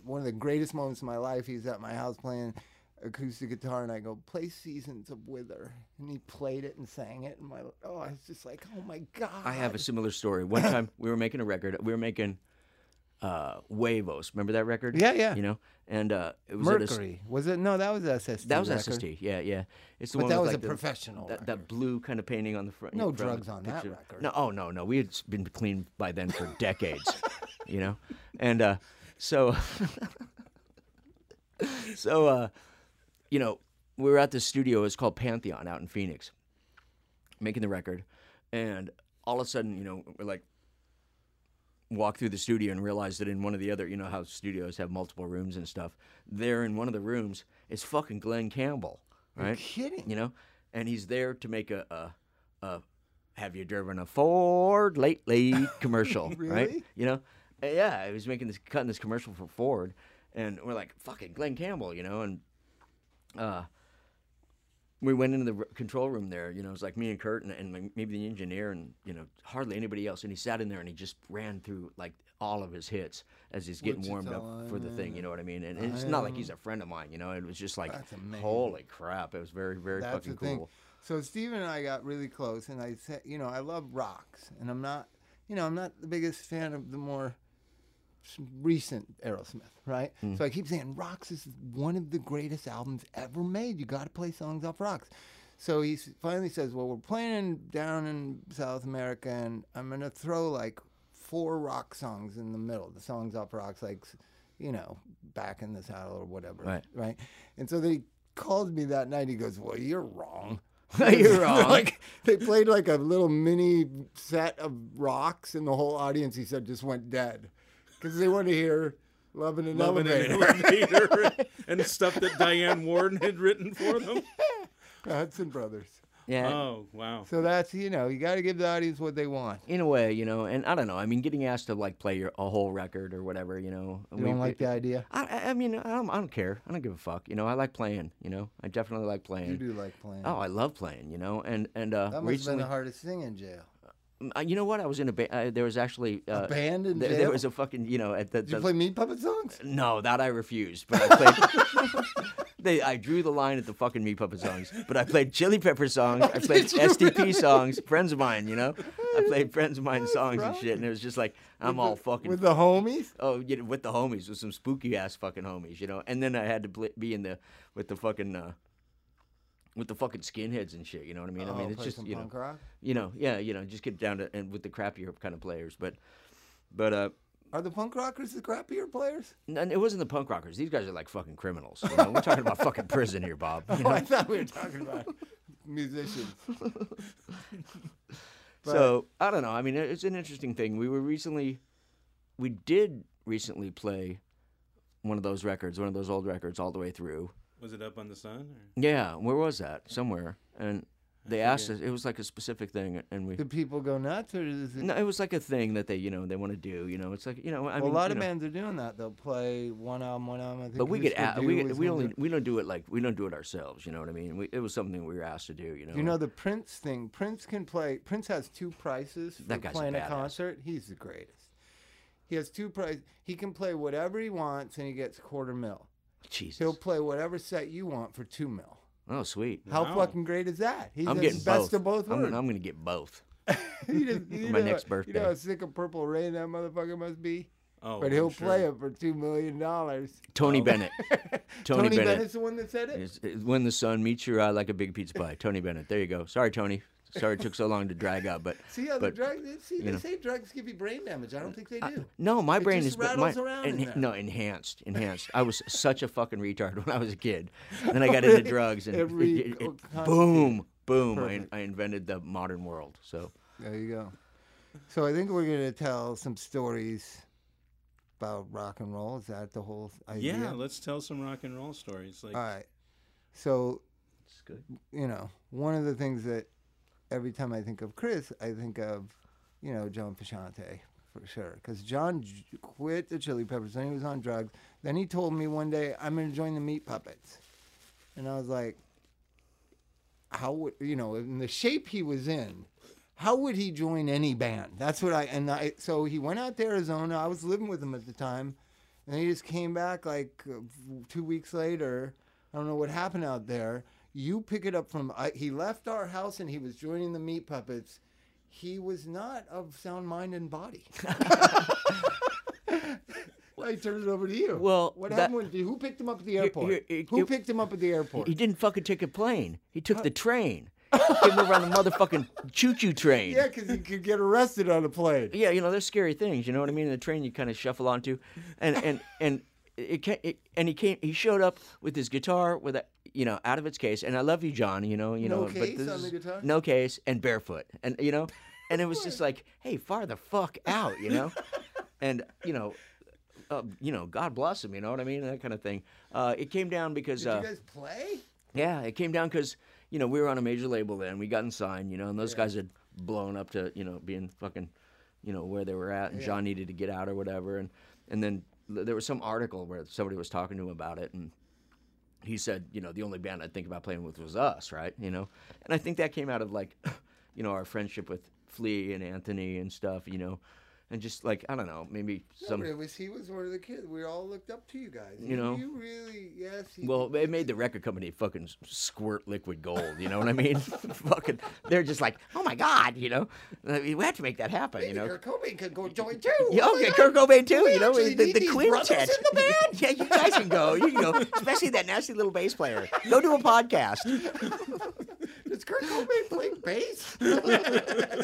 [SPEAKER 3] one of the greatest moments of my life, he's at my house playing acoustic guitar, and I go, "Play Seasons of Wither," and he played it and sang it, and my oh, I was just like, "Oh my god!"
[SPEAKER 2] I have a similar
[SPEAKER 3] [COUGHS]
[SPEAKER 2] story. One time we were making a record. We were making uh Huevos. Remember that record?
[SPEAKER 3] Yeah, yeah.
[SPEAKER 2] You know, and uh, it was at a s-
[SPEAKER 3] Mercury was it? No, that was SST.
[SPEAKER 2] that was
[SPEAKER 3] record.
[SPEAKER 2] SST. Yeah, yeah. It's the
[SPEAKER 3] But
[SPEAKER 2] one
[SPEAKER 3] that
[SPEAKER 2] with,
[SPEAKER 3] was
[SPEAKER 2] like,
[SPEAKER 3] a
[SPEAKER 2] the-
[SPEAKER 3] professional
[SPEAKER 2] That, that
[SPEAKER 3] record.
[SPEAKER 2] blue kind of painting on the front.
[SPEAKER 3] No
[SPEAKER 2] front of
[SPEAKER 3] drugs
[SPEAKER 2] the
[SPEAKER 3] on that
[SPEAKER 2] picture.
[SPEAKER 3] record.
[SPEAKER 2] No, oh no, no. We had s- been clean by
[SPEAKER 3] [LAUGHS]
[SPEAKER 2] then for decades, you know, and uh, so [LAUGHS] so uh, you know, we were at this studio. It's called Pantheon out in Phoenix, making the record, and all of a sudden, you know, we're like walk through the studio and realize that in one of the other, you know, how studios have multiple rooms and stuff. There in one of the rooms is fucking Glenn Campbell, right?
[SPEAKER 3] kidding.
[SPEAKER 2] You know, and he's there to make a a, a have you driven a
[SPEAKER 3] [LAUGHS]
[SPEAKER 2] Ford lately commercial, right?
[SPEAKER 3] Really?
[SPEAKER 2] You know, Uh, yeah, he was making this cutting this commercial for Ford, and we're like fucking Glenn Campbell, you know, and uh, we went into the r- control room there. You know, it was like me and Kurt and, and like maybe the engineer and you know hardly anybody else. And he sat in there and he just ran through like all of his hits as he's getting warmed up
[SPEAKER 3] Wichita,
[SPEAKER 2] for the thing. You know what I mean? And it's not like he's a friend of mine. You know, it was just like
[SPEAKER 3] That's amazing.
[SPEAKER 2] holy crap! It was very very fucking cool.
[SPEAKER 3] So Steven and I got really close, and I said, you know, I love rocks, and I'm not, you know, I'm not the biggest fan of the more s- recent Aerosmith, right?
[SPEAKER 2] Hmm.
[SPEAKER 3] So I keep saying Rocks is one of the greatest albums ever made. You got to play songs off Rocks. So he s- finally says, "Well, we're playing down in South America, and I'm gonna throw like four rock songs in the middle. The songs off Rocks, like, s- you know, back in the saddle or whatever,
[SPEAKER 2] Right.
[SPEAKER 3] Right. And so they called me that night. He goes, "Well, you're wrong."
[SPEAKER 2] [LAUGHS]
[SPEAKER 3] [LAUGHS]
[SPEAKER 2] You're wrong.
[SPEAKER 3] like they played like a little mini set of rocks, and the whole audience, he said, just went dead because they want to hear "Love in an
[SPEAKER 4] love in an
[SPEAKER 3] Elevator."
[SPEAKER 4] elevator and stuff that Diane Warren had written for them.
[SPEAKER 3] [LAUGHS] Hudson Brothers.
[SPEAKER 2] Yeah.
[SPEAKER 4] Oh, wow.
[SPEAKER 3] So that's you know you got to give the audience what they want.
[SPEAKER 2] in a way, you know, and I don't know. I mean, getting asked to like play your, a whole record or whatever, you know.
[SPEAKER 3] You don't like the idea?
[SPEAKER 2] I, I- I mean, I don't, I don't care. I don't give a fuck. You know, I like playing. You know, I definitely like playing.
[SPEAKER 3] You do like playing.
[SPEAKER 2] Oh, I love playing. You know, and and
[SPEAKER 3] that
[SPEAKER 2] uh,
[SPEAKER 3] must have been
[SPEAKER 2] recently,
[SPEAKER 3] the hardest thing in jail.
[SPEAKER 2] uh, you know what? I was in a band. Uh, there was actually uh,
[SPEAKER 3] band in
[SPEAKER 2] there, there
[SPEAKER 3] jail?
[SPEAKER 2] was a fucking you know at the,
[SPEAKER 3] Did you
[SPEAKER 2] the-
[SPEAKER 3] play meat puppet songs?
[SPEAKER 2] no that I refused, but I played. [LAUGHS] They, I drew the line at the fucking Meat Puppet songs, but I played Chili Pepper
[SPEAKER 3] [LAUGHS]
[SPEAKER 2] songs. I played
[SPEAKER 3] Did you
[SPEAKER 2] SDP songs, friends of mine, you know. I played friends of mine songs and shit, and it was just like I'm all fucking
[SPEAKER 3] with the homies.
[SPEAKER 2] Oh, you know, with the homies, with some spooky ass fucking homies, you know. And then I had to bl- be in the with the fucking uh, with the fucking skinheads and shit. You know what I mean? I
[SPEAKER 3] Oh,
[SPEAKER 2] mean, it's
[SPEAKER 3] play
[SPEAKER 2] just
[SPEAKER 3] some
[SPEAKER 2] you know,
[SPEAKER 3] punk rock.
[SPEAKER 2] you know, yeah, you know, just get down to and with the crappier kind of players. But but uh,
[SPEAKER 3] Are the punk rockers the crappier players?
[SPEAKER 2] n- it wasn't the punk rockers. These guys are like fucking criminals. You know? We're talking about fucking prison here,
[SPEAKER 3] [LAUGHS]
[SPEAKER 2] Bob. You
[SPEAKER 3] Oh, I
[SPEAKER 2] know?
[SPEAKER 3] thought we were talking about [LAUGHS] musicians.
[SPEAKER 2] so I don't know. I mean, it- it's an interesting thing. We were recently, we did recently play one of those records, one of those old records, all the way through.
[SPEAKER 4] Was it up on the sun? Or?
[SPEAKER 2] Yeah, where was that? Somewhere. And they asked us. It was like a specific thing, and we.
[SPEAKER 3] Do people go nuts, or is it?
[SPEAKER 2] No, it was like a thing that they, you know, they want to do. You know, it's like, you know, I
[SPEAKER 3] well,
[SPEAKER 2] mean,
[SPEAKER 3] a lot
[SPEAKER 2] you
[SPEAKER 3] of
[SPEAKER 2] know,
[SPEAKER 3] bands are doing that. They'll play one album, one album. I think
[SPEAKER 2] But we
[SPEAKER 3] Kiss
[SPEAKER 2] get
[SPEAKER 3] for
[SPEAKER 2] a
[SPEAKER 3] Do
[SPEAKER 2] we
[SPEAKER 3] was
[SPEAKER 2] get,
[SPEAKER 3] one
[SPEAKER 2] we
[SPEAKER 3] of
[SPEAKER 2] only
[SPEAKER 3] the-
[SPEAKER 2] we don't do it like we don't do it ourselves. You know what I mean? We, it was something we were asked to do. You know.
[SPEAKER 3] You know the Prince thing. Prince can play. Prince has two prices for
[SPEAKER 2] That guy's a
[SPEAKER 3] playing a
[SPEAKER 2] badass.
[SPEAKER 3] concert. He's the greatest. He has two prices. He can play whatever he wants, and he gets a quarter mil.
[SPEAKER 2] Jesus.
[SPEAKER 3] He'll play whatever set you want for two mil.
[SPEAKER 2] oh, sweet.
[SPEAKER 3] How
[SPEAKER 4] Wow.
[SPEAKER 3] fucking great is that? He's
[SPEAKER 2] I'm
[SPEAKER 3] the
[SPEAKER 2] getting
[SPEAKER 3] best
[SPEAKER 2] both.
[SPEAKER 3] of both
[SPEAKER 2] I'm,
[SPEAKER 3] worlds.
[SPEAKER 2] I'm gonna get both.
[SPEAKER 3] He just- [LAUGHS]
[SPEAKER 2] [LAUGHS]
[SPEAKER 3] you
[SPEAKER 2] my
[SPEAKER 3] know-
[SPEAKER 2] next
[SPEAKER 3] You
[SPEAKER 2] birthday.
[SPEAKER 3] know how sick of Purple Rain that motherfucker must be.
[SPEAKER 4] Oh,
[SPEAKER 3] but
[SPEAKER 4] I'm
[SPEAKER 3] he'll
[SPEAKER 4] sure.
[SPEAKER 3] play it for two million dollars. [LAUGHS]
[SPEAKER 2] Tony Bennett. Tony,
[SPEAKER 3] Tony
[SPEAKER 2] Bennett.
[SPEAKER 3] Bennett's the one that said it.
[SPEAKER 2] It's- it's when the sun meets your eye like a big pizza pie. Tony Bennett. There you go. Sorry, Tony. Sorry it took so long to drag up, but
[SPEAKER 3] See how
[SPEAKER 2] but,
[SPEAKER 3] the drugs? See, they
[SPEAKER 2] know.
[SPEAKER 3] say drugs give you brain damage. I don't think they do.
[SPEAKER 2] No, my
[SPEAKER 3] It
[SPEAKER 2] brain
[SPEAKER 3] just
[SPEAKER 2] is but
[SPEAKER 3] rattles
[SPEAKER 2] my,
[SPEAKER 3] around in
[SPEAKER 2] enha-
[SPEAKER 3] there.
[SPEAKER 2] no enhanced, enhanced. I was such a fucking retard [LAUGHS] when I was
[SPEAKER 3] [LAUGHS]
[SPEAKER 2] a kid. Then I got into drugs and
[SPEAKER 3] It re-
[SPEAKER 2] it- it- it-
[SPEAKER 3] constitutes-
[SPEAKER 2] boom, boom. I, in-
[SPEAKER 3] Perfect.
[SPEAKER 2] I invented the modern world. So
[SPEAKER 3] There you go. So I think we're gonna tell some stories about rock and roll. Is that the whole idea?
[SPEAKER 4] Yeah, let's tell some rock and roll stories. Like,
[SPEAKER 3] All right. So
[SPEAKER 2] it's good.
[SPEAKER 3] you know, one of the things that every time I think of Chris, I think of, you know, John Frusciante for sure. Because John j- quit the Chili Peppers, then he was on drugs. Then he told me one day, I'm going to join the Meat Puppets. And I was like, how would, you know, in the shape he was in, how would he join any band? That's what I, and I, so he went out to Arizona. I was living with him at the time. And he just came back like uh, two weeks later. I don't know what happened out there. You pick it up from. I, he left our house and he was joining the Meat Puppets. He was not of sound mind and body. [LAUGHS] I turned it over to you.
[SPEAKER 2] Well,
[SPEAKER 3] what
[SPEAKER 2] that-
[SPEAKER 3] happened? When, who picked him up at the airport?
[SPEAKER 2] here, it-
[SPEAKER 3] who
[SPEAKER 2] it-
[SPEAKER 3] picked him up at the airport?
[SPEAKER 2] He didn't fucking take a plane. He took the train. Came over on the motherfucking choo-choo [LAUGHS] train.
[SPEAKER 3] yeah, because he could get arrested on a plane.
[SPEAKER 2] yeah, you know, there's scary things. You know what I mean? The train you kind of shuffle onto, and and and it, ca- it and he came. He showed up with his guitar with a you know out of its case. And I love you, John. You know, you
[SPEAKER 3] No
[SPEAKER 2] know,
[SPEAKER 3] case
[SPEAKER 2] but this
[SPEAKER 3] on the
[SPEAKER 2] is-
[SPEAKER 3] guitar?
[SPEAKER 2] no case, and barefoot, and you know, and it was just like, hey, far the fuck out, you know, and you know. Uh, you know, God bless him. You know what I mean, that kind of thing. Uh, it came down because
[SPEAKER 3] Did
[SPEAKER 2] uh,
[SPEAKER 3] you guys play?
[SPEAKER 2] yeah, it came down because you know we were on a major label then. We got signed, you know, and those guys had blown up to you know being fucking, you know, where they were at, and John needed to get out or whatever, and and then l- there was some article where somebody was talking to him about it, and he said, you know, the only band I'd think about playing with was us, right? You know, and I think that came out of like, [LAUGHS] you know, our friendship with Flea and Anthony and stuff, you know, and just like I don't know, maybe
[SPEAKER 3] No,
[SPEAKER 2] some.
[SPEAKER 3] but it was he was one of the kids. We all looked up to you guys.
[SPEAKER 2] You know?
[SPEAKER 3] you really yes. he-
[SPEAKER 2] Well, it made the record company fucking squirt liquid gold. You know what I mean? [LAUGHS] fucking, they're just like, oh my god, you know, I mean, we have to make that happen. You
[SPEAKER 3] Maybe
[SPEAKER 2] know.
[SPEAKER 3] Kurt Cobain could go join too.
[SPEAKER 2] [LAUGHS] Yeah,
[SPEAKER 3] Oh my
[SPEAKER 2] okay,
[SPEAKER 3] God.
[SPEAKER 2] Kurt Cobain too.
[SPEAKER 3] We
[SPEAKER 2] You know,
[SPEAKER 3] actually
[SPEAKER 2] the,
[SPEAKER 3] need
[SPEAKER 2] the
[SPEAKER 3] these brothers
[SPEAKER 2] quintet.
[SPEAKER 3] in the band.
[SPEAKER 2] [LAUGHS] yeah, you guys can go. You can go, especially that nasty little bass player. Go do a podcast.
[SPEAKER 3] Does Kurt Cobain play
[SPEAKER 2] [LAUGHS]
[SPEAKER 3] bass? [LAUGHS]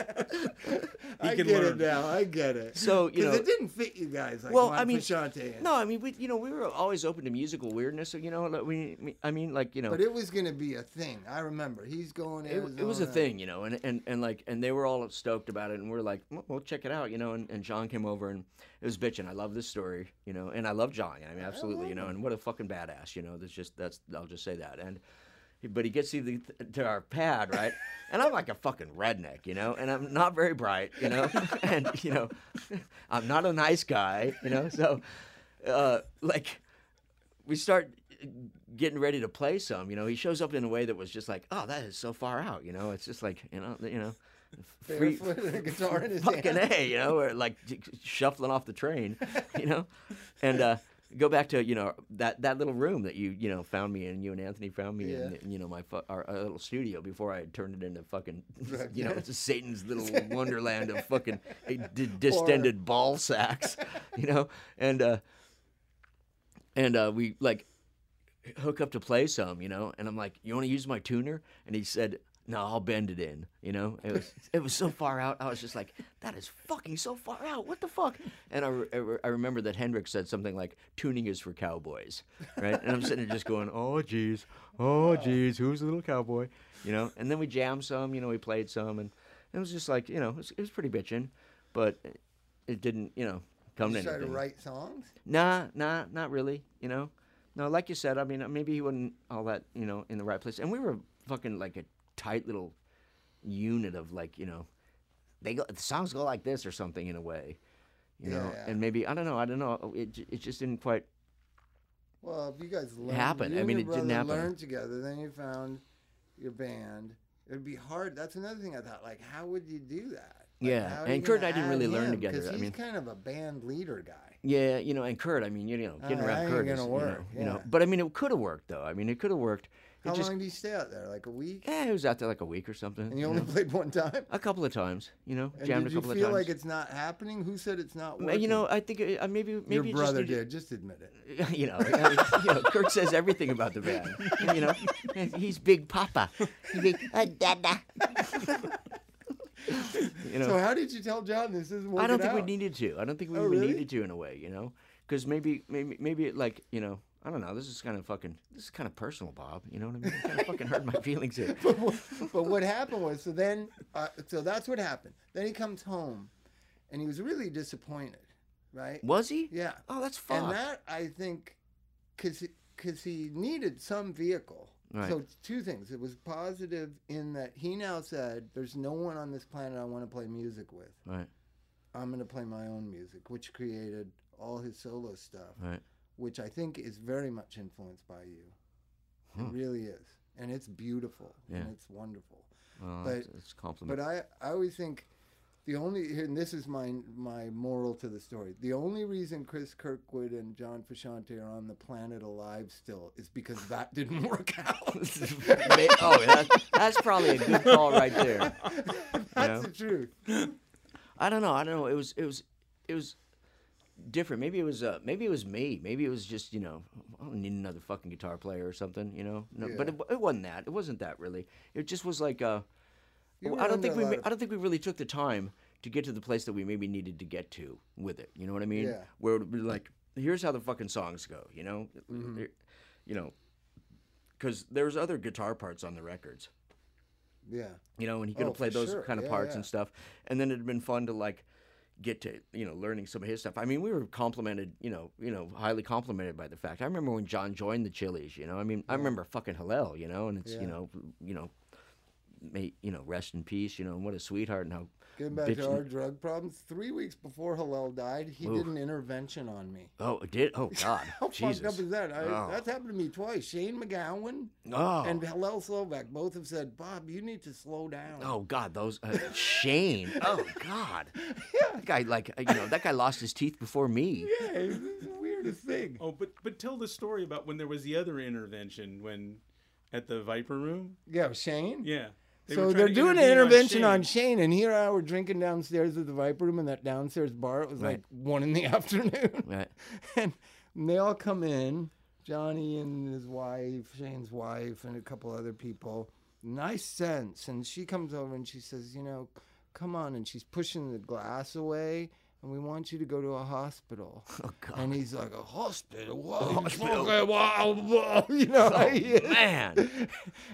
[SPEAKER 3] I
[SPEAKER 4] can
[SPEAKER 3] get
[SPEAKER 4] learn.
[SPEAKER 3] it now. I get it.
[SPEAKER 2] So,
[SPEAKER 3] 'Cause
[SPEAKER 2] you know-
[SPEAKER 3] it didn't fit you guys. Like
[SPEAKER 2] Well,
[SPEAKER 3] Juan
[SPEAKER 2] I mean,
[SPEAKER 3] Frusciante.
[SPEAKER 2] No, I mean, we, you know, we were always open to musical weirdness. You know, like, we, I mean, like, you know,
[SPEAKER 3] but it was gonna be a thing. I remember he's going.
[SPEAKER 2] it,
[SPEAKER 3] Arizona.
[SPEAKER 2] it was a thing, you know, and, and, and like and they were all stoked about it, and we're like, well, we'll check it out, you know. And, and John came over, and it was bitching. I love this story, you know, and I love John. I mean, absolutely, you know, and what a fucking badass, you know. That's just that's I'll just say that. And he but he gets to, the, to our pad, right? And I'm like a fucking redneck, you know, and I'm not very bright, you know, [LAUGHS] and, you know, I'm not a nice guy, you know, so, uh, like, we start getting ready to play some, you know, he shows up in a way that was just like, oh, that is so far out, you know, it's just like, you know,
[SPEAKER 3] [LAUGHS]
[SPEAKER 2] you know, free,
[SPEAKER 3] Barefoot with a guitar in his
[SPEAKER 2] fucking
[SPEAKER 3] hand.
[SPEAKER 2] a, you know, or like j- shuffling off the train, you know, and uh, go back to you know that that little room that you you know found me in, you and Anthony found me
[SPEAKER 3] Yeah.
[SPEAKER 2] in, you know my fu- our, our little studio before I turned it into fucking, you know, it's Satan's
[SPEAKER 3] [LAUGHS]
[SPEAKER 2] little wonderland of fucking uh, d- distended ball sacks, [LAUGHS] you know, and uh, and uh, we like hook up to play some, you know. And I'm like, "You want to use my tuner?" And he said, "No, I'll bend it in." You know, it was it was so far out. I was just like, "That is fucking so far out. What the fuck?" And I, re- I, re- I remember that Hendrix said something like, "Tuning is for cowboys," right? And I'm sitting there just going, "Oh jeez, oh jeez, who's the little cowboy?" You know. And then we jammed some. You know, we played some, and it was just like, you know, it was, it was pretty bitching, but it- it didn't, you know, come
[SPEAKER 3] You
[SPEAKER 2] to
[SPEAKER 3] try to
[SPEAKER 2] anything.
[SPEAKER 3] write songs.
[SPEAKER 2] Nah, nah, not really. You know, no, like you said, I mean, maybe he wasn't all that, you know, in the right place. And we were fucking like a tight little unit of like, you know, they go, the songs go like this or something in a way, you know.
[SPEAKER 3] Yeah.
[SPEAKER 2] And maybe I don't know, I don't know. It j- it just didn't quite.
[SPEAKER 3] Well, if you guys learned,
[SPEAKER 2] happened.
[SPEAKER 3] you
[SPEAKER 2] I
[SPEAKER 3] and
[SPEAKER 2] mean,
[SPEAKER 3] your
[SPEAKER 2] it didn't
[SPEAKER 3] brother
[SPEAKER 2] happen.
[SPEAKER 3] Learned together, then you found your band. It'd be hard. That's another thing I thought. Like, how would you do that? Like,
[SPEAKER 2] Yeah,
[SPEAKER 3] how are
[SPEAKER 2] and
[SPEAKER 3] you gonna
[SPEAKER 2] Kurt and I didn't
[SPEAKER 3] add
[SPEAKER 2] really learn
[SPEAKER 3] him?
[SPEAKER 2] together,
[SPEAKER 3] 'Cause
[SPEAKER 2] I
[SPEAKER 3] he's
[SPEAKER 2] mean-
[SPEAKER 3] kind of a band leader guy.
[SPEAKER 2] Yeah, you know, and Kurt, I mean, you, know,
[SPEAKER 3] Uh,
[SPEAKER 2] getting
[SPEAKER 3] that
[SPEAKER 2] around
[SPEAKER 3] ain't
[SPEAKER 2] Kurt
[SPEAKER 3] gonna
[SPEAKER 2] is, you know,
[SPEAKER 3] work,
[SPEAKER 2] you know.
[SPEAKER 3] yeah.
[SPEAKER 2] But I mean, it could have worked though. I mean, it could have worked. It
[SPEAKER 3] How
[SPEAKER 2] just,
[SPEAKER 3] long do you stay out there? Like a week?
[SPEAKER 2] yeah, he was out there like a week or something.
[SPEAKER 3] And you
[SPEAKER 2] you
[SPEAKER 3] only
[SPEAKER 2] know.
[SPEAKER 3] played one time.
[SPEAKER 2] a couple of times, you know,
[SPEAKER 3] And
[SPEAKER 2] jammed
[SPEAKER 3] did
[SPEAKER 2] a
[SPEAKER 3] you
[SPEAKER 2] couple
[SPEAKER 3] feel
[SPEAKER 2] of times.
[SPEAKER 3] like it's not happening? Who said it's not
[SPEAKER 2] Ma-
[SPEAKER 3] working?
[SPEAKER 2] you know, I think it, uh, maybe maybe
[SPEAKER 3] your
[SPEAKER 2] it just
[SPEAKER 3] brother
[SPEAKER 2] needed-
[SPEAKER 3] did. Just admit it.
[SPEAKER 2] [LAUGHS] you know, I mean, you know, Kirk says everything about the
[SPEAKER 3] [LAUGHS]
[SPEAKER 2] band. You know, [LAUGHS] he's Big Papa. He's big, [LAUGHS] uh, Dada. you know,
[SPEAKER 3] So how did you tell John this isn't working
[SPEAKER 2] I don't think we
[SPEAKER 3] out?
[SPEAKER 2] needed to. I don't think we
[SPEAKER 3] Oh,
[SPEAKER 2] even
[SPEAKER 3] really?
[SPEAKER 2] needed to in a way, you know, because maybe maybe maybe it like you know. I don't know. This is kind of fucking. This is kind of personal, Bob. You know what I mean?
[SPEAKER 3] [LAUGHS]
[SPEAKER 2] It kind of fucking hurt my feelings here.
[SPEAKER 3] but, what, but what happened was so then uh, so that's what happened then he comes home and he was really disappointed right
[SPEAKER 2] Was he?
[SPEAKER 3] yeah
[SPEAKER 2] Oh, that's fucked.
[SPEAKER 3] and that i think because because he needed some vehicle
[SPEAKER 2] Right.
[SPEAKER 3] so two things it was positive in that he now said there's no one on this planet i want to play music with
[SPEAKER 2] right.
[SPEAKER 3] i'm going to play my own music which created all his solo stuff
[SPEAKER 2] Right.
[SPEAKER 3] which I think is very much influenced by you. It really is, and it's beautiful and
[SPEAKER 2] Hmm. Yeah.
[SPEAKER 3] it's wonderful.
[SPEAKER 2] Well,
[SPEAKER 3] But-
[SPEAKER 2] it's, it's a compliment.
[SPEAKER 3] But I, I always think the only and this is my my moral to the story. The only reason Chris Kirkwood and John Frusciante are on the planet alive still is because that [LAUGHS] didn't work
[SPEAKER 2] [LAUGHS]
[SPEAKER 3] out.
[SPEAKER 2] [LAUGHS] May- oh, that, that's probably a good call right
[SPEAKER 3] [LAUGHS]
[SPEAKER 2] there.
[SPEAKER 3] That's the truth.
[SPEAKER 2] I don't know. I don't know. It was it was it was different. Maybe it was uh maybe it was me. Maybe it was just you know I don't need another fucking guitar player or something. You know. No, But
[SPEAKER 3] Yeah.
[SPEAKER 2] it, it wasn't that. It wasn't that really. It just was like uh,
[SPEAKER 3] You were
[SPEAKER 2] I don't
[SPEAKER 3] under
[SPEAKER 2] think
[SPEAKER 3] a
[SPEAKER 2] we
[SPEAKER 3] lot
[SPEAKER 2] ma-
[SPEAKER 3] of-
[SPEAKER 2] I don't think we really took the time to get to the place that we maybe needed to get to with it. You know what I mean?
[SPEAKER 3] Yeah.
[SPEAKER 2] Where it would be like here's how the fucking songs go. You know.
[SPEAKER 3] Mm-hmm.
[SPEAKER 2] Here- You know. Because there's other guitar parts on the records
[SPEAKER 3] Yeah,
[SPEAKER 2] you know, and he could
[SPEAKER 3] Oh,
[SPEAKER 2] have played
[SPEAKER 3] for
[SPEAKER 2] those
[SPEAKER 3] sure.
[SPEAKER 2] kind of
[SPEAKER 3] Yeah,
[SPEAKER 2] parts
[SPEAKER 3] yeah.
[SPEAKER 2] and stuff. And then it'd been fun to like get to you know learning some of his stuff. I mean, we were complimented, you know, you know, highly complimented by the fact. I remember when John joined the Chili's, you know. I mean, I remember fucking Hillel, you know, and it's
[SPEAKER 3] Yeah.
[SPEAKER 2] you know, you know, may you know, rest in peace, you know, and what a sweetheart and how
[SPEAKER 3] getting back
[SPEAKER 2] bitchin-
[SPEAKER 3] to our drug problems. Three weeks before Hillel died, he did an intervention on me.
[SPEAKER 2] Oh, it did oh God,
[SPEAKER 3] [LAUGHS] How
[SPEAKER 2] Jesus.
[SPEAKER 3] fucked up is that? I,
[SPEAKER 2] Oh.
[SPEAKER 3] That's happened to me twice. Shane McGowan
[SPEAKER 2] oh.
[SPEAKER 3] and Hillel Slovak both have said, Bob, you need to slow down. [LAUGHS]
[SPEAKER 2] Oh God, those uh, Shane. Oh God, that guy like uh, you know that guy lost his teeth before me.
[SPEAKER 3] [LAUGHS] Yeah, it's the weirdest thing.
[SPEAKER 4] Oh, but but tell the story about when there was the other intervention when at the Viper Room.
[SPEAKER 3] Yeah, Shane.
[SPEAKER 4] Yeah. They were
[SPEAKER 3] so
[SPEAKER 4] trying
[SPEAKER 3] they're
[SPEAKER 4] to
[SPEAKER 3] doing an
[SPEAKER 4] intervene
[SPEAKER 3] intervention on Shane. and here I were drinking downstairs at the Viper Room in that downstairs bar. It was
[SPEAKER 2] Right.
[SPEAKER 3] like one in the [LAUGHS] afternoon,
[SPEAKER 2] Right.
[SPEAKER 3] and, and they all come in, Johnny and his wife, Shane's wife, and a couple other people. Nice sense, and she comes over and she says, you know, come on, and she's pushing the glass away. And we want you to go to a hospital. Oh, God. And he's like, a hospital? What? Okay, wow, wow," [LAUGHS] You know,
[SPEAKER 2] Oh,
[SPEAKER 3] like-
[SPEAKER 2] man.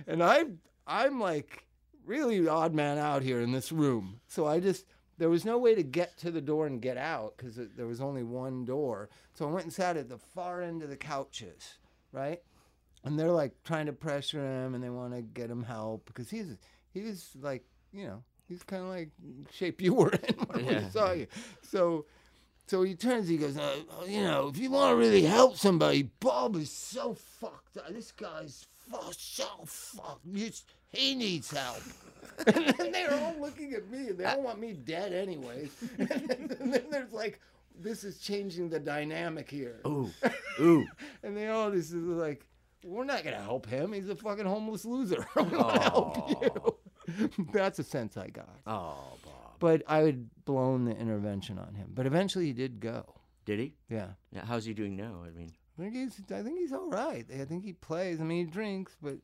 [SPEAKER 3] and I'm I'm like really the odd man out here in this room. So I just there was no way to get to the door and get out because there was only one door. So I went and sat at the far end of the couches, right? and they're like trying to pressure him and they want to get him help because he's he was like you know he's kind of like shape you were in [LAUGHS] when we
[SPEAKER 2] Yeah.
[SPEAKER 3] saw you so so he turns he goes uh, you know if you want to really help somebody bob is so fucked up this guy's fu- so fucked He's- he needs help [LAUGHS] and then they're all looking at me and they all want me dead anyways [LAUGHS] and then, and then there's like this is changing the dynamic here
[SPEAKER 2] Ooh, ooh.
[SPEAKER 3] and they all just was like, "We're not gonna help him. He's a fucking homeless loser. [LAUGHS] we won't help you." [LAUGHS] That's a sense I got.
[SPEAKER 2] Oh, Bob.
[SPEAKER 3] But I had blown the intervention on him. But eventually he did go.
[SPEAKER 2] Did he?
[SPEAKER 3] Yeah,
[SPEAKER 2] Now, how's he doing now? I mean,
[SPEAKER 3] I think he's. I think he's all right. I think he plays. I mean, he drinks, but